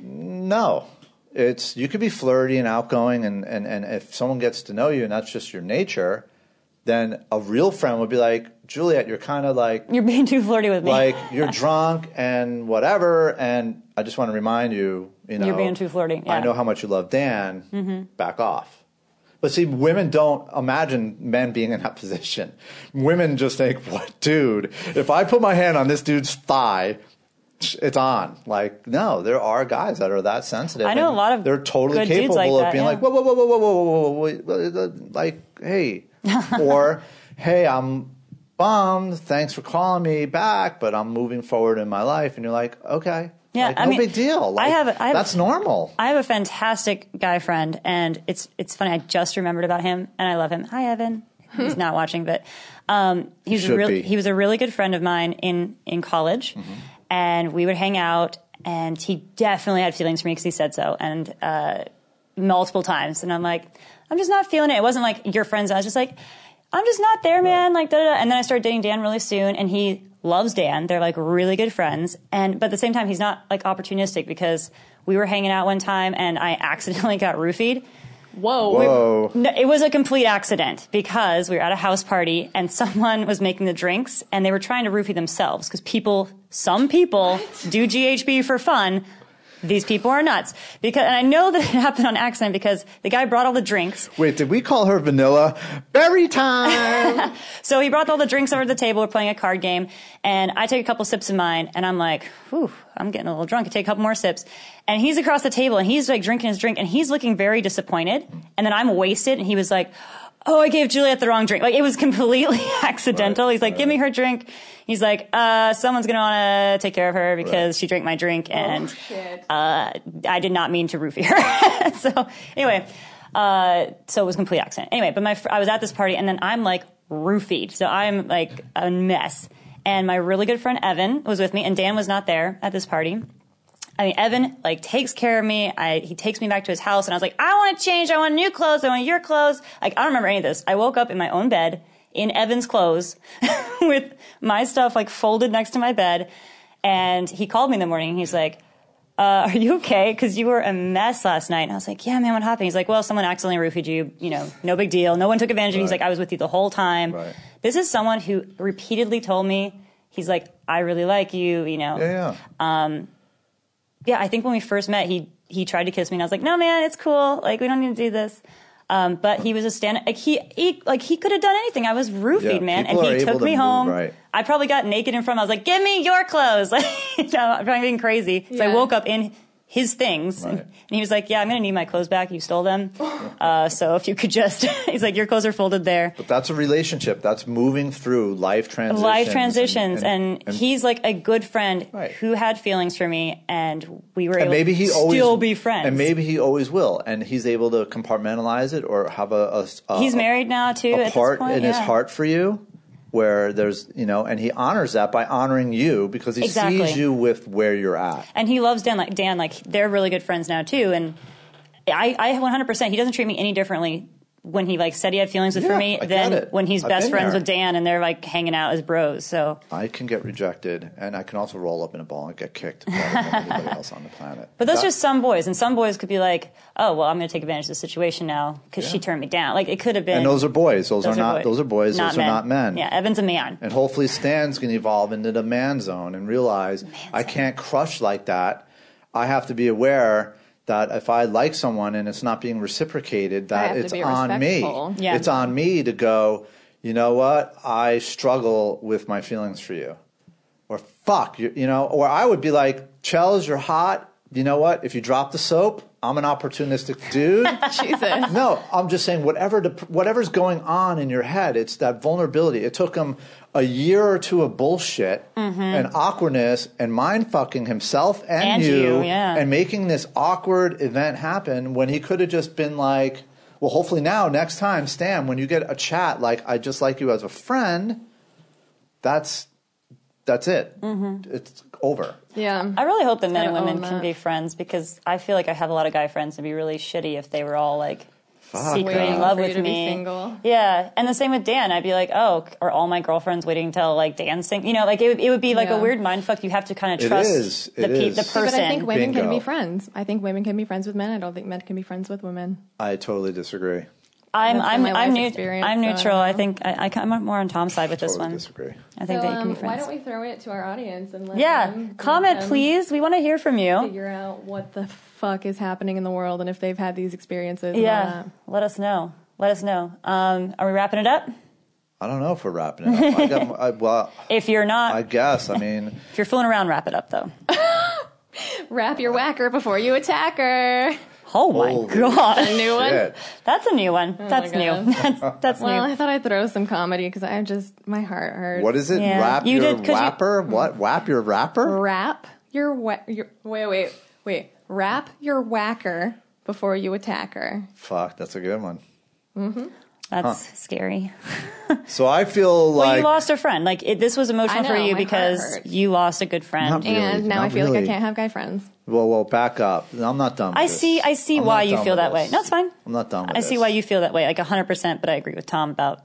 [SPEAKER 2] no, it's you could be flirty and outgoing, and, and and if someone gets to know you and that's just your nature, then a real friend would be like, Juliet, you're kind of like
[SPEAKER 1] You're being too flirty with me.
[SPEAKER 2] like you're drunk and whatever and i just want to remind you you know
[SPEAKER 1] You're being too flirty, yeah. Mm-hmm.
[SPEAKER 2] i know how much you love dan back off but see women don't imagine men being in that <laughs> position women just think what dude if i put my hand on this dude's thigh it's on like no there are guys that are that sensitive
[SPEAKER 1] I know
[SPEAKER 2] and
[SPEAKER 1] a lot of
[SPEAKER 2] they're totally
[SPEAKER 1] good dudes
[SPEAKER 2] capable
[SPEAKER 1] like
[SPEAKER 2] of
[SPEAKER 1] that,
[SPEAKER 2] being
[SPEAKER 1] yeah.
[SPEAKER 2] like whoa whoa whoa whoa whoa whoa whoa, whoa, whoa, whoa, whoa like
[SPEAKER 1] <laughs>
[SPEAKER 2] hey or hey i'm bummed thanks for calling me back but i'm moving forward in my life and you're like okay
[SPEAKER 1] Yeah,
[SPEAKER 2] like,
[SPEAKER 1] I
[SPEAKER 2] no
[SPEAKER 1] mean,
[SPEAKER 2] big deal
[SPEAKER 1] I
[SPEAKER 2] like,
[SPEAKER 1] have- I have-
[SPEAKER 2] that's normal
[SPEAKER 1] I have a fantastic guy friend, and it's it's funny. I just remembered about him, and I love him. Hi, Evan. He's not watching, but um, he was a
[SPEAKER 2] Should
[SPEAKER 1] real,
[SPEAKER 2] be. Mm-hmm.
[SPEAKER 1] he was a really good friend of mine in in college, and we would hang out. And he definitely had feelings for me because he said so, and uh, multiple times. And I'm like, I'm just not feeling it. It wasn't like your friends. I was just like, I'm just not there, man. Like da da. da. And then I started dating Dan really soon, and he loves Dan. They're like really good friends. And but at the same time, he's not like opportunistic because we were hanging out one time, and I <laughs> accidentally got roofied.
[SPEAKER 4] Whoa.
[SPEAKER 2] whoa
[SPEAKER 1] No, it was a complete accident because we were at a house party and someone was making the drinks and they were trying to roofie themselves because people, some people do GHB for fun. These people are nuts because, and I know that it happened on accident because the guy brought all the drinks.
[SPEAKER 2] wait did we call her vanilla
[SPEAKER 1] <laughs>
[SPEAKER 2] berry time
[SPEAKER 1] So he brought all the drinks over to the table. We're playing a card game, and I take a couple sips of mine, and I'm like, "Whew, I'm getting a little drunk." I take a couple more sips, and he's across the table, and he's like drinking his drink, and he's looking very disappointed. And then I'm wasted, and he was like, "Oh, I gave Juliet the wrong drink." Like it was completely <laughs> accidental.
[SPEAKER 2] Right,
[SPEAKER 1] he's like, "Give me her drink." He's like, "Uh, someone's gonna wanna take care of her because
[SPEAKER 2] Right.
[SPEAKER 1] she drank my drink, and
[SPEAKER 3] Shit.
[SPEAKER 1] uh, I did not mean to roofie her. <laughs> so anyway, uh, so it was a complete accident. Anyway, but my fr- I was at this party and then I'm like roofied, so I'm like a mess. And my really good friend Evan was with me, and Dan was not there at this party. I mean, Evan like takes care of me. I, he takes me back to his house, and I was like, I want to change. I want new clothes. I want your clothes. Like I don't remember any of this. I woke up in my own bed in Evan's clothes <laughs> with my stuff like folded next to my bed, and he called me in the morning. and He's like, uh, are you okay? Because you were a mess last night. And I was like, yeah, man, what happened? He's like, well, someone accidentally roofied you. You know, no big deal. No one took advantage of you. He's
[SPEAKER 2] Right.
[SPEAKER 1] like, I was with you the whole time.
[SPEAKER 2] Right.
[SPEAKER 1] This is someone who repeatedly told me, he's like, I really like you, you know.
[SPEAKER 2] yeah yeah
[SPEAKER 1] Um, Yeah, I think when we first met, he he tried to kiss me, and I was like, "No, man, it's cool. Like, we don't need to do this." Um, but he was a stand. Like he, he like he could have done anything. I was roofied,
[SPEAKER 2] Yeah,
[SPEAKER 1] man, and
[SPEAKER 2] people are
[SPEAKER 1] he
[SPEAKER 2] able
[SPEAKER 1] took
[SPEAKER 2] to
[SPEAKER 1] me
[SPEAKER 2] move,
[SPEAKER 1] home.
[SPEAKER 2] right.
[SPEAKER 1] I probably got naked in front. of him. I was like, "Give me your clothes." <laughs> Like, you know, I'm probably being crazy. So I
[SPEAKER 3] Yeah.
[SPEAKER 1] woke up in his things, and,
[SPEAKER 2] Right.
[SPEAKER 1] and he was like, "Yeah, I'm gonna need my clothes back. You stole them. uh, so if you could just," <laughs> he's like, "Your clothes are folded there."
[SPEAKER 2] that's a relationship that's moving through life transitions
[SPEAKER 1] Life transitions, and, he's like a good friend
[SPEAKER 2] Right.
[SPEAKER 1] who had feelings for me, and we were
[SPEAKER 2] and
[SPEAKER 1] able
[SPEAKER 2] maybe he
[SPEAKER 1] to
[SPEAKER 2] always
[SPEAKER 1] still be friends.
[SPEAKER 2] and maybe he always will and he's able to compartmentalize it or have a, a- a-
[SPEAKER 1] He's
[SPEAKER 2] a-
[SPEAKER 1] married now too.
[SPEAKER 2] Uh, a
[SPEAKER 1] at
[SPEAKER 2] part
[SPEAKER 1] this point.
[SPEAKER 2] in his
[SPEAKER 1] yeah.
[SPEAKER 2] heart for you where there's you know and he honors that by honoring you because he
[SPEAKER 1] Exactly.
[SPEAKER 2] sees you with where you're at
[SPEAKER 1] and he loves Dan. Like Dan, like they're really good friends now too. And I, I 100. percent He doesn't treat me any differently when he like said he had feelings with for
[SPEAKER 2] Yeah,
[SPEAKER 1] me
[SPEAKER 2] I get
[SPEAKER 1] than
[SPEAKER 2] it.
[SPEAKER 1] when he's
[SPEAKER 2] I've
[SPEAKER 1] best
[SPEAKER 2] been
[SPEAKER 1] friends
[SPEAKER 2] there.
[SPEAKER 1] with Dan and they're like hanging out as bros. So,
[SPEAKER 2] i can get rejected and i can also roll up in a ball and get kicked better than
[SPEAKER 1] <laughs>
[SPEAKER 2] anybody else on the planet
[SPEAKER 1] but that's
[SPEAKER 2] That-
[SPEAKER 1] just some boys, and some boys could be like, oh well, I'm going to take advantage of the situation now because she
[SPEAKER 2] Yeah.
[SPEAKER 1] turned me down. Like it could have been.
[SPEAKER 2] and those are boys those, are, not
[SPEAKER 1] boy-
[SPEAKER 2] those are boys those are not men
[SPEAKER 1] Yeah, Evan's a man.
[SPEAKER 2] And hopefully Stan's going to evolve into the man zone and realize I can't crush like that. I have to be aware that if I like someone and it's not being reciprocated,
[SPEAKER 3] I
[SPEAKER 2] that
[SPEAKER 3] have to
[SPEAKER 2] it's
[SPEAKER 3] be
[SPEAKER 2] on me.
[SPEAKER 3] respectful.
[SPEAKER 1] Yeah.
[SPEAKER 2] It's on me to go, you know what? I struggle with my feelings for you. Or fuck, you, you know, or I would be like, Chels, you're hot. you know what? If you drop the soap, I'm an opportunistic dude.
[SPEAKER 3] <laughs> Jesus.
[SPEAKER 2] no, I'm just saying whatever the, whatever's going on in your head, it's that vulnerability. It took him a year or two of bullshit
[SPEAKER 1] Mm-hmm.
[SPEAKER 2] and awkwardness and mind fucking himself and,
[SPEAKER 1] And you, yeah.
[SPEAKER 2] and making this awkward event happen when he could have just been like, well, hopefully now next time, Stan, when you get a chat like I just like you as a friend, that's that's it.
[SPEAKER 1] Mm-hmm.
[SPEAKER 2] It's over.
[SPEAKER 3] Yeah.
[SPEAKER 1] I really hope that men and
[SPEAKER 3] gotta
[SPEAKER 1] women
[SPEAKER 3] own
[SPEAKER 1] can
[SPEAKER 3] that.
[SPEAKER 1] be friends because I feel like I have a lot of guy friends that'd be really shitty if they were all like secretly
[SPEAKER 2] Waiting
[SPEAKER 1] in love
[SPEAKER 3] for you
[SPEAKER 1] with
[SPEAKER 3] to be
[SPEAKER 1] me.
[SPEAKER 3] single.
[SPEAKER 1] Yeah, and the same with Dan. I'd be like, oh, are all my girlfriends waiting till like Dan sing? You know, like it, would- it would be like
[SPEAKER 3] Yeah.
[SPEAKER 1] a weird mind fuck. You have to kind
[SPEAKER 2] It
[SPEAKER 1] of trust
[SPEAKER 2] is.
[SPEAKER 1] the
[SPEAKER 2] It
[SPEAKER 1] pe-
[SPEAKER 2] is.
[SPEAKER 1] the
[SPEAKER 2] See,
[SPEAKER 1] person.
[SPEAKER 3] But I think women can
[SPEAKER 2] Bingo.
[SPEAKER 3] be friends. I think women can be friends with men. I don't think men can be friends with women.
[SPEAKER 2] I totally disagree.
[SPEAKER 1] I'm
[SPEAKER 3] That's
[SPEAKER 1] I'm
[SPEAKER 3] been my
[SPEAKER 1] I'm,
[SPEAKER 3] life
[SPEAKER 1] neut-
[SPEAKER 3] experience,
[SPEAKER 1] I'm
[SPEAKER 3] so I
[SPEAKER 1] neutral.
[SPEAKER 3] don't
[SPEAKER 1] I,
[SPEAKER 3] know.
[SPEAKER 1] think I, I, I'm more on Tom's side with this
[SPEAKER 2] Totally
[SPEAKER 1] one.
[SPEAKER 2] disagree.
[SPEAKER 1] I think that you can be friends.
[SPEAKER 3] um, we throw it to our audience and let um,
[SPEAKER 1] yeah, comment please. We want to hear from you.
[SPEAKER 3] Figure out what the fuck is happening in the world and if they've had these experiences. and all
[SPEAKER 1] Yeah,
[SPEAKER 3] that.
[SPEAKER 1] let us know. Let us know. Um, are we wrapping it up?
[SPEAKER 2] I don't know if we're wrapping it up. I got, I, well,
[SPEAKER 1] If you're not,
[SPEAKER 2] I guess.
[SPEAKER 1] <laughs>
[SPEAKER 2] I mean,
[SPEAKER 1] if you're fooling around, wrap it up though.
[SPEAKER 3] Wrap your whacker before you attack her.
[SPEAKER 1] Oh my
[SPEAKER 2] Holy
[SPEAKER 1] <laughs> god,
[SPEAKER 3] A new one.
[SPEAKER 2] shit.
[SPEAKER 1] that's a new one. that's
[SPEAKER 3] Oh my
[SPEAKER 1] new.
[SPEAKER 3] God.
[SPEAKER 1] <laughs> That's that's
[SPEAKER 3] Well,
[SPEAKER 1] new.
[SPEAKER 3] I thought I'd throw some comedy because I just my heart hurts.
[SPEAKER 2] What is it?
[SPEAKER 1] Yeah.
[SPEAKER 2] Wrap
[SPEAKER 1] You
[SPEAKER 2] your
[SPEAKER 1] did- 'cause you-
[SPEAKER 2] wrapper? What? Wrap your wrapper?
[SPEAKER 3] wrap your, wha- your wait wait wait wrap your whacker before you attack her.
[SPEAKER 2] Fuck, that's a good one.
[SPEAKER 1] That's scary.
[SPEAKER 2] So I feel
[SPEAKER 1] Well,
[SPEAKER 2] like
[SPEAKER 1] you lost a friend. Like it, this was emotional
[SPEAKER 3] I
[SPEAKER 1] for
[SPEAKER 3] know,
[SPEAKER 1] you
[SPEAKER 3] my heart
[SPEAKER 1] because
[SPEAKER 3] hurts.
[SPEAKER 1] you lost a good friend.
[SPEAKER 2] Not- Really?
[SPEAKER 3] and now I
[SPEAKER 2] Not
[SPEAKER 3] feel like I
[SPEAKER 2] really.
[SPEAKER 3] can't have guy friends.
[SPEAKER 2] Whoa, whoa, back up. I'm not done. With
[SPEAKER 1] I
[SPEAKER 2] this.
[SPEAKER 1] see. I see
[SPEAKER 2] I'm
[SPEAKER 1] why
[SPEAKER 2] not
[SPEAKER 1] you
[SPEAKER 2] done
[SPEAKER 1] feel
[SPEAKER 2] with
[SPEAKER 1] that way.
[SPEAKER 2] this.
[SPEAKER 1] No, it's fine.
[SPEAKER 2] I'm not done. With
[SPEAKER 1] I see
[SPEAKER 2] this.
[SPEAKER 1] why you feel that way, like 100%, but I agree with Tom about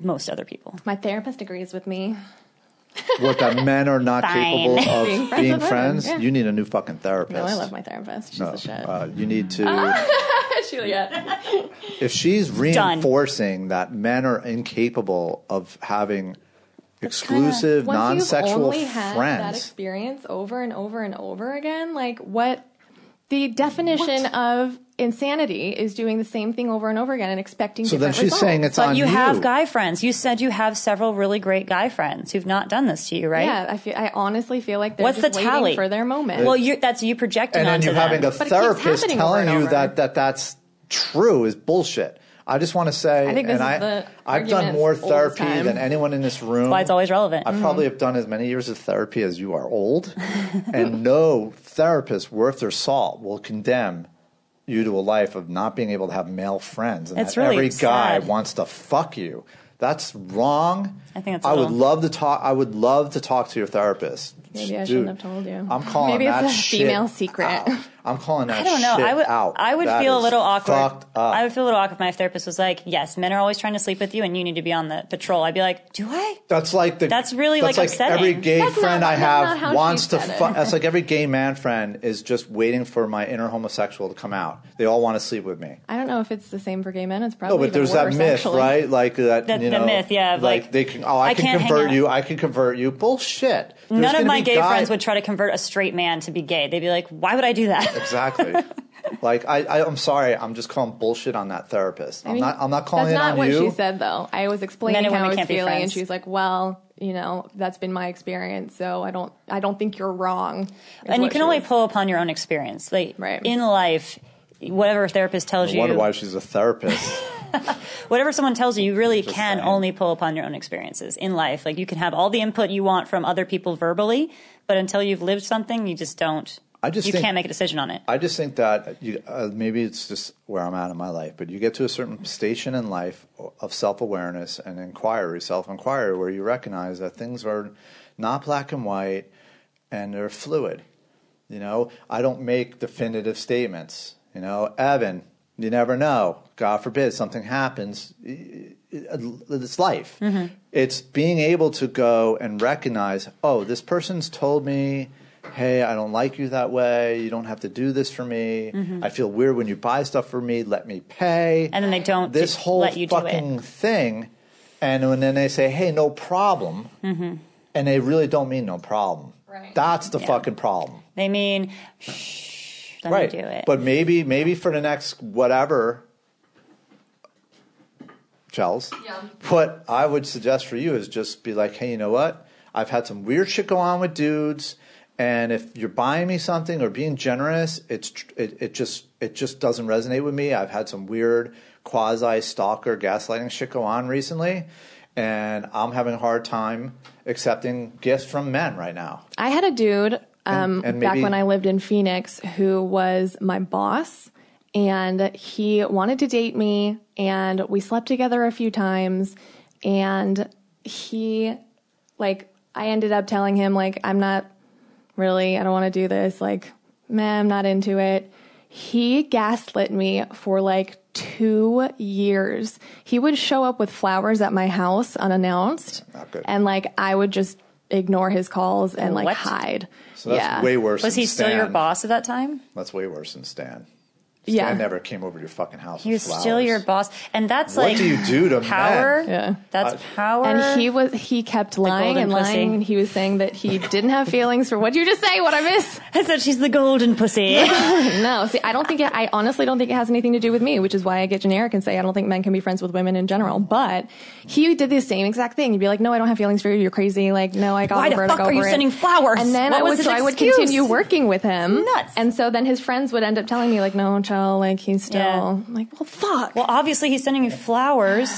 [SPEAKER 1] most other people.
[SPEAKER 3] My therapist agrees with me.
[SPEAKER 2] What that men are not
[SPEAKER 1] Fine. <laughs>
[SPEAKER 2] capable of being
[SPEAKER 3] Being friends
[SPEAKER 2] friends.
[SPEAKER 3] with women, yeah.
[SPEAKER 2] You need a new fucking therapist.
[SPEAKER 3] No, Oh, I love my therapist. She's the shit. <laughs>
[SPEAKER 2] Uh, you need to.
[SPEAKER 3] Juliet.
[SPEAKER 2] if she's
[SPEAKER 1] Ah! Done.
[SPEAKER 2] reinforcing that men are incapable of having exclusive,
[SPEAKER 3] Once you've
[SPEAKER 2] non-sexual
[SPEAKER 3] only had that
[SPEAKER 2] friends,
[SPEAKER 3] experience over and over and over again, like what the definition of insanity is doing the same thing over and over again and expecting.
[SPEAKER 2] so then
[SPEAKER 3] different
[SPEAKER 2] she's
[SPEAKER 3] results.
[SPEAKER 2] saying it's
[SPEAKER 1] But
[SPEAKER 2] on
[SPEAKER 1] you have guy friends. You said you have several really great guy friends who've not done this to you, right?
[SPEAKER 3] Yeah, I feel. I honestly feel like they're
[SPEAKER 1] What's
[SPEAKER 3] just
[SPEAKER 1] the
[SPEAKER 3] waiting
[SPEAKER 1] tally?
[SPEAKER 3] for their moment.
[SPEAKER 1] Well, you're, that's you projecting
[SPEAKER 2] and then
[SPEAKER 1] onto
[SPEAKER 2] you
[SPEAKER 1] them.
[SPEAKER 2] having a
[SPEAKER 3] keeps
[SPEAKER 2] therapist
[SPEAKER 3] happening over
[SPEAKER 2] telling
[SPEAKER 3] and
[SPEAKER 2] you
[SPEAKER 3] over.
[SPEAKER 2] that, that that's true is bullshit. I just want to say,
[SPEAKER 3] think
[SPEAKER 2] and
[SPEAKER 3] this is
[SPEAKER 2] I,
[SPEAKER 3] the
[SPEAKER 2] I've
[SPEAKER 3] argument
[SPEAKER 2] done more
[SPEAKER 3] all the
[SPEAKER 2] therapy
[SPEAKER 3] time.
[SPEAKER 2] than anyone in this room.
[SPEAKER 1] why it's always relevant.
[SPEAKER 2] I probably have done as many years of therapy as you
[SPEAKER 1] <laughs>
[SPEAKER 2] are old, and no therapist worth their salt will condemn you to a life of not being able to have male friends, and
[SPEAKER 1] It's
[SPEAKER 2] that
[SPEAKER 1] really
[SPEAKER 2] every guy
[SPEAKER 1] sad.
[SPEAKER 2] wants to fuck you. That's wrong.
[SPEAKER 1] I think it's a
[SPEAKER 2] I would
[SPEAKER 1] little-
[SPEAKER 2] love to talk. I would love to talk to your therapist.
[SPEAKER 3] Maybe I
[SPEAKER 2] Dude,
[SPEAKER 3] shouldn't have told you.
[SPEAKER 2] I'm calling
[SPEAKER 3] Maybe it's
[SPEAKER 2] that
[SPEAKER 3] a
[SPEAKER 2] shit
[SPEAKER 3] female secret.
[SPEAKER 2] out. I'm calling that.
[SPEAKER 1] I don't know.
[SPEAKER 2] Shit
[SPEAKER 1] I would.
[SPEAKER 2] Out.
[SPEAKER 1] I would
[SPEAKER 2] That
[SPEAKER 1] feel a
[SPEAKER 2] is
[SPEAKER 1] little awkward.
[SPEAKER 2] Fucked up.
[SPEAKER 1] I would feel a little awkward if my therapist was like, "Yes, men are always trying to sleep with you, and you need to be on the patrol." I'd be like, "Do I?"
[SPEAKER 2] That's like the.
[SPEAKER 1] That's really,
[SPEAKER 2] that's
[SPEAKER 1] like,
[SPEAKER 2] like,
[SPEAKER 1] upsetting.
[SPEAKER 2] every gay
[SPEAKER 3] That's not-
[SPEAKER 2] friend I
[SPEAKER 3] that's not how
[SPEAKER 2] have
[SPEAKER 3] she
[SPEAKER 2] wants to.
[SPEAKER 3] said it.
[SPEAKER 2] Fu- that's like every
[SPEAKER 3] <laughs>
[SPEAKER 2] gay man friend is just waiting for my inner homosexual to come out. They all want to sleep with me.
[SPEAKER 3] I don't know if it's the same for gay men. It's probably
[SPEAKER 2] No, but
[SPEAKER 3] even
[SPEAKER 2] there's that
[SPEAKER 3] worse,
[SPEAKER 2] myth,
[SPEAKER 3] actually.
[SPEAKER 2] right? Like that.
[SPEAKER 1] The-
[SPEAKER 2] you
[SPEAKER 1] the
[SPEAKER 2] know,
[SPEAKER 1] myth, yeah, of, like,
[SPEAKER 2] they can. Oh, I,
[SPEAKER 1] I
[SPEAKER 2] can
[SPEAKER 1] can't hang
[SPEAKER 2] convert
[SPEAKER 1] out.
[SPEAKER 2] you. I can convert you. Bullshit. There's
[SPEAKER 1] None of
[SPEAKER 2] gonna
[SPEAKER 1] my
[SPEAKER 2] be
[SPEAKER 1] gay
[SPEAKER 2] guy-
[SPEAKER 1] friends would try to convert a straight man to be gay. They'd be like, "Why would I do that?" <laughs>
[SPEAKER 2] <laughs> Exactly. like I, I, I'm sorry. I'm just calling bullshit on that therapist. I
[SPEAKER 3] mean,
[SPEAKER 2] am not. I'm not calling
[SPEAKER 3] That's
[SPEAKER 2] it
[SPEAKER 3] not
[SPEAKER 2] on
[SPEAKER 3] what
[SPEAKER 2] you.
[SPEAKER 3] she said, though. I was explaining
[SPEAKER 1] Men and
[SPEAKER 3] how
[SPEAKER 1] women
[SPEAKER 3] I was
[SPEAKER 1] can't be
[SPEAKER 3] feeling, and
[SPEAKER 1] friends.
[SPEAKER 3] she was like, "Well, you know, that's been my experience, so I don't, I don't think you're wrong." is
[SPEAKER 1] <laughs> and you
[SPEAKER 3] what
[SPEAKER 1] can
[SPEAKER 3] she
[SPEAKER 1] only
[SPEAKER 3] was-
[SPEAKER 1] pull upon your own experience. Like
[SPEAKER 3] Right.
[SPEAKER 1] in life, whatever therapist tells
[SPEAKER 2] I wonder
[SPEAKER 1] you,
[SPEAKER 2] why she's a
[SPEAKER 3] <laughs>
[SPEAKER 2] therapist.
[SPEAKER 1] whatever someone tells you, you really
[SPEAKER 2] Just
[SPEAKER 1] can
[SPEAKER 2] saying.
[SPEAKER 1] only pull upon your own experiences in life. Like you can have all the input you want from other people verbally, but until you've lived something, you just don't.
[SPEAKER 2] I just
[SPEAKER 1] you
[SPEAKER 2] think-
[SPEAKER 1] can't make a decision on it.
[SPEAKER 2] I just think that you, uh, maybe it's just where I'm at in my life, but you get to a certain station in life of self awareness and inquiry, self inquiry, where you recognize that things are not black and white and they're fluid. You know, I don't make definitive statements. You know, Evan, you never know. God forbid something happens. It's life.
[SPEAKER 1] Mm-hmm.
[SPEAKER 2] It's being able to go and recognize, oh, this person's told me, hey, I don't like you that way. You don't have to do this for me. I feel weird when you buy stuff for me. Let me pay.
[SPEAKER 1] Mm-hmm. And then they don't
[SPEAKER 2] This
[SPEAKER 1] d-
[SPEAKER 2] whole
[SPEAKER 1] let you do it.
[SPEAKER 2] fucking thing. And when then they say, hey, no problem. And they really don't mean no problem.
[SPEAKER 3] Right.
[SPEAKER 2] That's the
[SPEAKER 1] Mm-hmm. Yeah.
[SPEAKER 2] fucking problem.
[SPEAKER 1] They mean, shh, let
[SPEAKER 2] right.
[SPEAKER 1] me do it.
[SPEAKER 2] But maybe maybe for the next whatever Chels.
[SPEAKER 3] Yeah.
[SPEAKER 2] What I would suggest for you is just be like, hey, you know what? I've had some weird shit go on with dudes And if you're buying me something or being generous, it's tr- it, it just it just doesn't resonate with me. I've had some weird quasi stalker gaslighting shit go on recently, and I'm having a hard time accepting gifts from men right now.
[SPEAKER 3] I had a dude um,
[SPEAKER 2] and
[SPEAKER 3] back
[SPEAKER 2] maybe-
[SPEAKER 3] when I lived in Phoenix who was my boss, and he wanted to date me, and we slept together a few times, and he, like, I ended up telling him like I'm not really I don't want to do this like meh I'm not into it. He gaslit me for like two years. He would show up with flowers at my house unannounced,
[SPEAKER 2] Not good.
[SPEAKER 3] and like I would just ignore his calls and like
[SPEAKER 1] What?
[SPEAKER 3] hide.
[SPEAKER 2] So that's way worse.
[SPEAKER 1] Was
[SPEAKER 2] than
[SPEAKER 1] he still your
[SPEAKER 2] Stan.
[SPEAKER 1] boss at that time?
[SPEAKER 2] That's way worse than Stan.
[SPEAKER 3] Yeah.
[SPEAKER 2] I never came over to your fucking house.
[SPEAKER 1] He was
[SPEAKER 2] with
[SPEAKER 1] still
[SPEAKER 2] flowers.
[SPEAKER 1] your boss, and that's
[SPEAKER 2] What
[SPEAKER 1] like
[SPEAKER 2] do Uh, you do to
[SPEAKER 1] power.
[SPEAKER 2] men?
[SPEAKER 3] Yeah.
[SPEAKER 1] that's power.
[SPEAKER 3] and he was he kept lying
[SPEAKER 1] golden
[SPEAKER 3] and
[SPEAKER 1] pussy.
[SPEAKER 3] lying. He was saying that he didn't have feelings for what you just say. What I miss?
[SPEAKER 1] I said she's the golden pussy.
[SPEAKER 3] No, see, I don't think it, I honestly don't think it has anything to do with me, which is why I get generic and say I don't think men can be friends with women in general. But he did the same exact thing. He'd be like, "No, I don't have feelings for you. You're crazy. Like, no, I got
[SPEAKER 1] Why the
[SPEAKER 3] over it.
[SPEAKER 1] fuck
[SPEAKER 3] I got
[SPEAKER 1] are you
[SPEAKER 3] over it."
[SPEAKER 1] sending flowers?
[SPEAKER 3] And then
[SPEAKER 1] What
[SPEAKER 3] I
[SPEAKER 1] was
[SPEAKER 3] would,
[SPEAKER 1] his
[SPEAKER 3] so I would
[SPEAKER 1] excuse?
[SPEAKER 3] continue working with him.
[SPEAKER 1] Nuts.
[SPEAKER 3] And so then his friends would end up telling me like, "No, Chell, like he's still
[SPEAKER 1] Yeah.
[SPEAKER 3] I'm like, well, fuck."
[SPEAKER 1] well, obviously he's sending you flowers.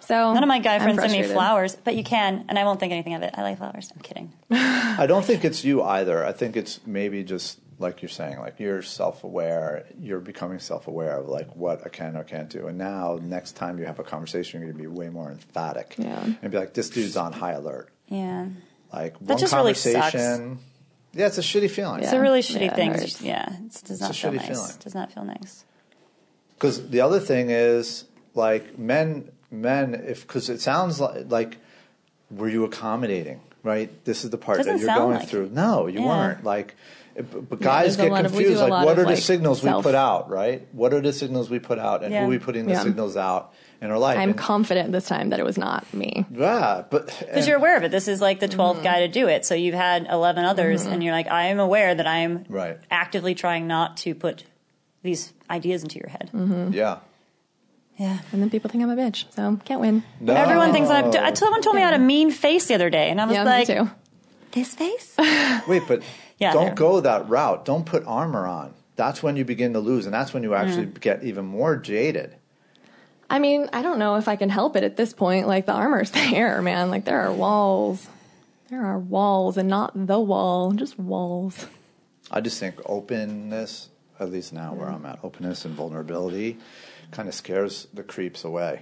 [SPEAKER 3] so
[SPEAKER 1] None of my guy
[SPEAKER 3] I'm
[SPEAKER 1] friends send me
[SPEAKER 3] frustrated.
[SPEAKER 1] flowers, but you can, and I won't think anything of it. I like flowers. I'm kidding.
[SPEAKER 2] I don't think it's you either. I think it's maybe just like you're saying, like you're self aware. You're becoming self aware of like what I can or can't do. And now, next time you have a conversation, you're going to be way more emphatic
[SPEAKER 3] Yeah.
[SPEAKER 2] and be like, "This dude's on high alert."
[SPEAKER 1] Yeah,
[SPEAKER 2] Like one
[SPEAKER 1] just really
[SPEAKER 2] conversation.
[SPEAKER 1] sucks.
[SPEAKER 2] Yeah, it's a shitty feeling.
[SPEAKER 1] it's a
[SPEAKER 3] Yeah.
[SPEAKER 1] really shitty
[SPEAKER 3] Yeah,
[SPEAKER 1] thing.
[SPEAKER 3] it hurts.
[SPEAKER 1] Yeah, it does not
[SPEAKER 2] a
[SPEAKER 1] feel
[SPEAKER 2] shitty
[SPEAKER 1] nice.
[SPEAKER 2] feeling.
[SPEAKER 1] Does not feel nice.
[SPEAKER 2] Because the other thing is like men, men, if because it sounds like like were you accommodating? Right, this is the part
[SPEAKER 1] Doesn't
[SPEAKER 2] that you're
[SPEAKER 1] sound
[SPEAKER 2] going
[SPEAKER 1] like
[SPEAKER 2] through.
[SPEAKER 1] it.
[SPEAKER 2] No, you
[SPEAKER 1] Yeah.
[SPEAKER 2] weren't. Like, it- but but guys
[SPEAKER 3] there's a
[SPEAKER 2] get
[SPEAKER 3] lot of- we
[SPEAKER 2] confused.
[SPEAKER 3] do a
[SPEAKER 2] like,
[SPEAKER 3] lot
[SPEAKER 2] what
[SPEAKER 3] of,
[SPEAKER 2] are the
[SPEAKER 3] like,
[SPEAKER 2] signals we
[SPEAKER 3] self-
[SPEAKER 2] put out? Right, what are the signals we put out, and who
[SPEAKER 1] Yeah.
[SPEAKER 2] are we putting the
[SPEAKER 3] Yeah.
[SPEAKER 2] signals out in our life?
[SPEAKER 3] I'm
[SPEAKER 2] And-
[SPEAKER 3] confident this time that it was not me.
[SPEAKER 2] yeah, but
[SPEAKER 1] Because you're aware of it. This is like the 12th guy to do it. So you've had 11 others, and you're like, I am aware that I'm
[SPEAKER 2] Right.
[SPEAKER 1] actively trying not to put these ideas into your head.
[SPEAKER 3] Mm-hmm.
[SPEAKER 2] and- yeah.
[SPEAKER 1] Yeah.
[SPEAKER 3] And then people think I'm a bitch, so can't win.
[SPEAKER 2] No.
[SPEAKER 1] Everyone thinks I'm. d- Someone told me I had a mean face the other day, and I was
[SPEAKER 3] Yeah,
[SPEAKER 1] like,
[SPEAKER 3] me too.
[SPEAKER 1] this
[SPEAKER 3] <laughs>
[SPEAKER 1] face?
[SPEAKER 2] Wait, but
[SPEAKER 1] Yeah,
[SPEAKER 2] don't
[SPEAKER 1] they're-
[SPEAKER 2] go that route. Don't put armor on. That's when you begin to lose, and that's when you
[SPEAKER 3] Mm-hmm.
[SPEAKER 2] actually get even more jaded.
[SPEAKER 3] I mean, I don't know if I can help it at this point. Like the armor's <laughs> there, man. Like there are walls. There are walls and not the wall, just walls.
[SPEAKER 2] I just think openness, at least now where I'm at, openness and vulnerability kind of scares the creeps away.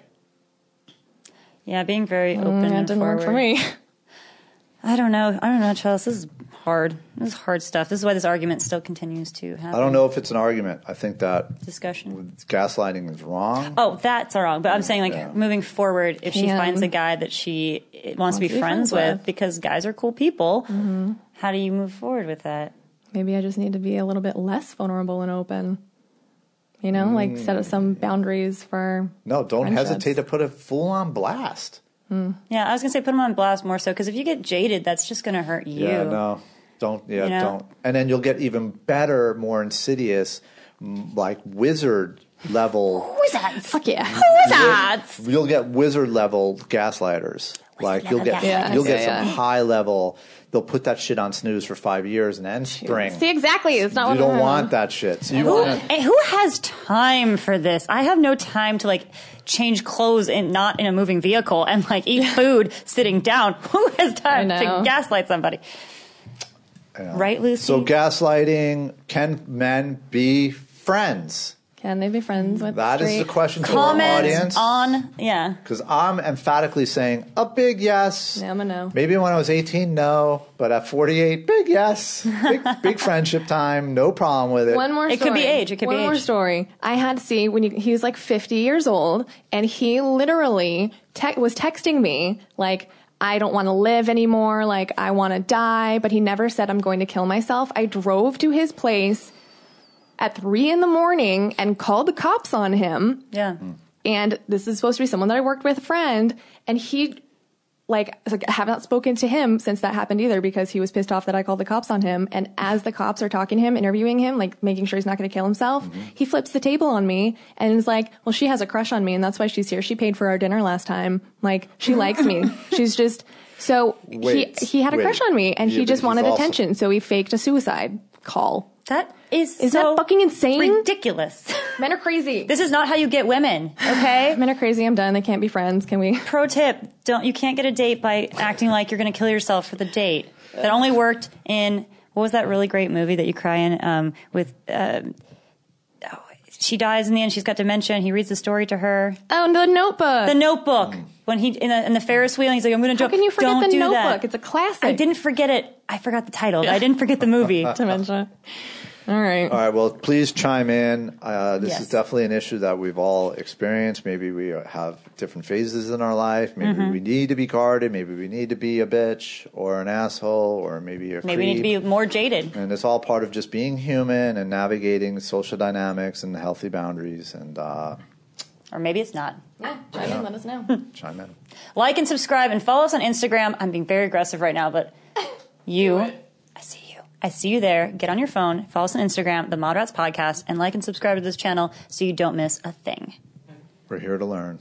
[SPEAKER 1] yeah, being very open
[SPEAKER 3] That
[SPEAKER 1] and
[SPEAKER 3] Mm, didn't
[SPEAKER 1] forward.
[SPEAKER 3] work for me. <laughs>
[SPEAKER 1] I don't know. I don't know, Charles. This is hard. This is hard stuff. This is why this argument still continues to happen.
[SPEAKER 2] I don't know if it's an argument. I think that
[SPEAKER 1] Discussion.
[SPEAKER 2] gaslighting is wrong.
[SPEAKER 1] Oh, that's wrong. But I'm saying, like,
[SPEAKER 2] Yeah.
[SPEAKER 1] moving forward, if she
[SPEAKER 3] Can-
[SPEAKER 1] finds a guy that she eh, wants, to be friends, with, Mm-hmm. because guys are cool people, how do you move forward with that?
[SPEAKER 3] Maybe I just need to be a little bit less vulnerable and open. You know, like set up
[SPEAKER 1] Mm.
[SPEAKER 3] some boundaries for
[SPEAKER 2] No, don't
[SPEAKER 3] friendships.
[SPEAKER 2] hesitate to put a fool on blast.
[SPEAKER 1] Yeah, I was gonna say put them on blast more so because if you get jaded, that's just gonna hurt you.
[SPEAKER 2] Yeah, no. Don't, yeah,
[SPEAKER 1] You know?
[SPEAKER 2] don't. And then you'll get even better, more insidious, m- like wizard level.
[SPEAKER 1] Wizards, <laughs>
[SPEAKER 3] Fuck yeah.
[SPEAKER 1] wizards.
[SPEAKER 2] You'll get wizard level gaslighters. like you'll
[SPEAKER 1] level
[SPEAKER 2] get
[SPEAKER 3] gaslighters.
[SPEAKER 2] you'll get
[SPEAKER 3] Yeah,
[SPEAKER 2] some
[SPEAKER 3] yeah.
[SPEAKER 2] high level. They'll put that shit on snooze for five years and then spring.
[SPEAKER 3] See exactly. It's not
[SPEAKER 2] you
[SPEAKER 3] what
[SPEAKER 2] don't
[SPEAKER 3] I
[SPEAKER 2] want that shit. So you
[SPEAKER 1] Who,
[SPEAKER 2] want
[SPEAKER 1] and who has time for this? I have no time to like change clothes and not in a moving vehicle and like eat food sitting down. <laughs> Who has time
[SPEAKER 3] I
[SPEAKER 1] to
[SPEAKER 3] know.
[SPEAKER 1] gaslight somebody? Right, Lucy.
[SPEAKER 2] so gaslighting. Can men be friends?
[SPEAKER 3] Can they be friends with
[SPEAKER 2] That is
[SPEAKER 3] straight-
[SPEAKER 2] the question to our
[SPEAKER 1] Comment
[SPEAKER 2] audience.
[SPEAKER 1] on yeah.
[SPEAKER 2] Because I'm emphatically saying a big yes.
[SPEAKER 3] Yeah, I'm a no.
[SPEAKER 2] Maybe when I was 18, no, but at 48, big yes. Big,
[SPEAKER 3] <laughs>
[SPEAKER 2] big friendship time. No problem with it.
[SPEAKER 3] One more.
[SPEAKER 1] It
[SPEAKER 3] story.
[SPEAKER 1] could be age, it could
[SPEAKER 3] One
[SPEAKER 1] be
[SPEAKER 3] more
[SPEAKER 1] age.
[SPEAKER 3] story. I had C when you, he was like 50 years old, and he literally te- was texting me like. I don't want to live anymore. Like, I want to die. But he never said, I'm going to kill myself. I drove to his place at three in the morning and called the cops on him
[SPEAKER 1] Yeah.
[SPEAKER 3] and this is supposed to be someone that I worked with, a friend, and he like, it's like I have not spoken to him since that happened either because he was pissed off that I called the cops on him. And as the cops are talking to him, interviewing him, like making sure he's not going to kill himself,
[SPEAKER 2] Mm-hmm.
[SPEAKER 3] he flips the table on me and is like,
[SPEAKER 2] <laughs>
[SPEAKER 3] "Well, she has a crush on me, and that's why she's here. She paid for our dinner last time. Like, she likes me. She's just." So
[SPEAKER 2] Wait,
[SPEAKER 3] he he had a
[SPEAKER 2] wait.
[SPEAKER 3] crush on me, and
[SPEAKER 2] Yeah,
[SPEAKER 3] he
[SPEAKER 2] but
[SPEAKER 3] just
[SPEAKER 2] he's
[SPEAKER 3] wanted
[SPEAKER 2] also-
[SPEAKER 3] attention, so he faked a suicide call.
[SPEAKER 1] That is
[SPEAKER 3] Is that
[SPEAKER 1] so
[SPEAKER 3] fucking
[SPEAKER 1] <laughs>
[SPEAKER 3] insane?
[SPEAKER 1] Ridiculous.
[SPEAKER 3] Men are crazy.
[SPEAKER 1] this is not how you get women. Okay.
[SPEAKER 3] <laughs> Men are crazy. I'm done. They can't be friends. Can we?
[SPEAKER 1] Pro tip: Don't you can't get a date by acting like you're going to kill yourself for the date. That only worked in what was that really great movie that you cry in um, with? Um, oh, she dies in the end. She's got dementia, and he reads the story to her.
[SPEAKER 3] Oh, the Notebook.
[SPEAKER 1] The Notebook. When he in the, in the Ferris wheel, and he's like, "I'm going to
[SPEAKER 3] How
[SPEAKER 1] jump."
[SPEAKER 3] can you forget
[SPEAKER 1] Don't
[SPEAKER 3] the
[SPEAKER 1] do
[SPEAKER 3] Notebook?
[SPEAKER 1] that.
[SPEAKER 3] It's a classic.
[SPEAKER 1] I didn't forget it. I forgot the title. but I didn't forget the <laughs> movie.
[SPEAKER 3] dementia. All right.
[SPEAKER 2] All right. Well, please chime in. Uh, this
[SPEAKER 1] Yes.
[SPEAKER 2] is definitely an issue that we've all experienced. Maybe we have different phases in our life. Maybe
[SPEAKER 1] Mm-hmm.
[SPEAKER 2] we need to be guarded. Maybe we need to be a bitch or an asshole or maybe a
[SPEAKER 1] Maybe we need to
[SPEAKER 2] creep.
[SPEAKER 1] be more jaded.
[SPEAKER 2] And it's all part of just being human and navigating social dynamics and healthy boundaries. And uh,
[SPEAKER 1] Or maybe it's not.
[SPEAKER 3] Yeah, chime in. Let us know.
[SPEAKER 2] chime in.
[SPEAKER 1] Like and subscribe and follow us on Instagram. I'm being very aggressive right now, but you, I see you. I see you there. Get on your phone, follow us on Instagram, the Mod Rats Podcast, and like and subscribe to this channel so you don't miss a thing.
[SPEAKER 2] We're here to learn.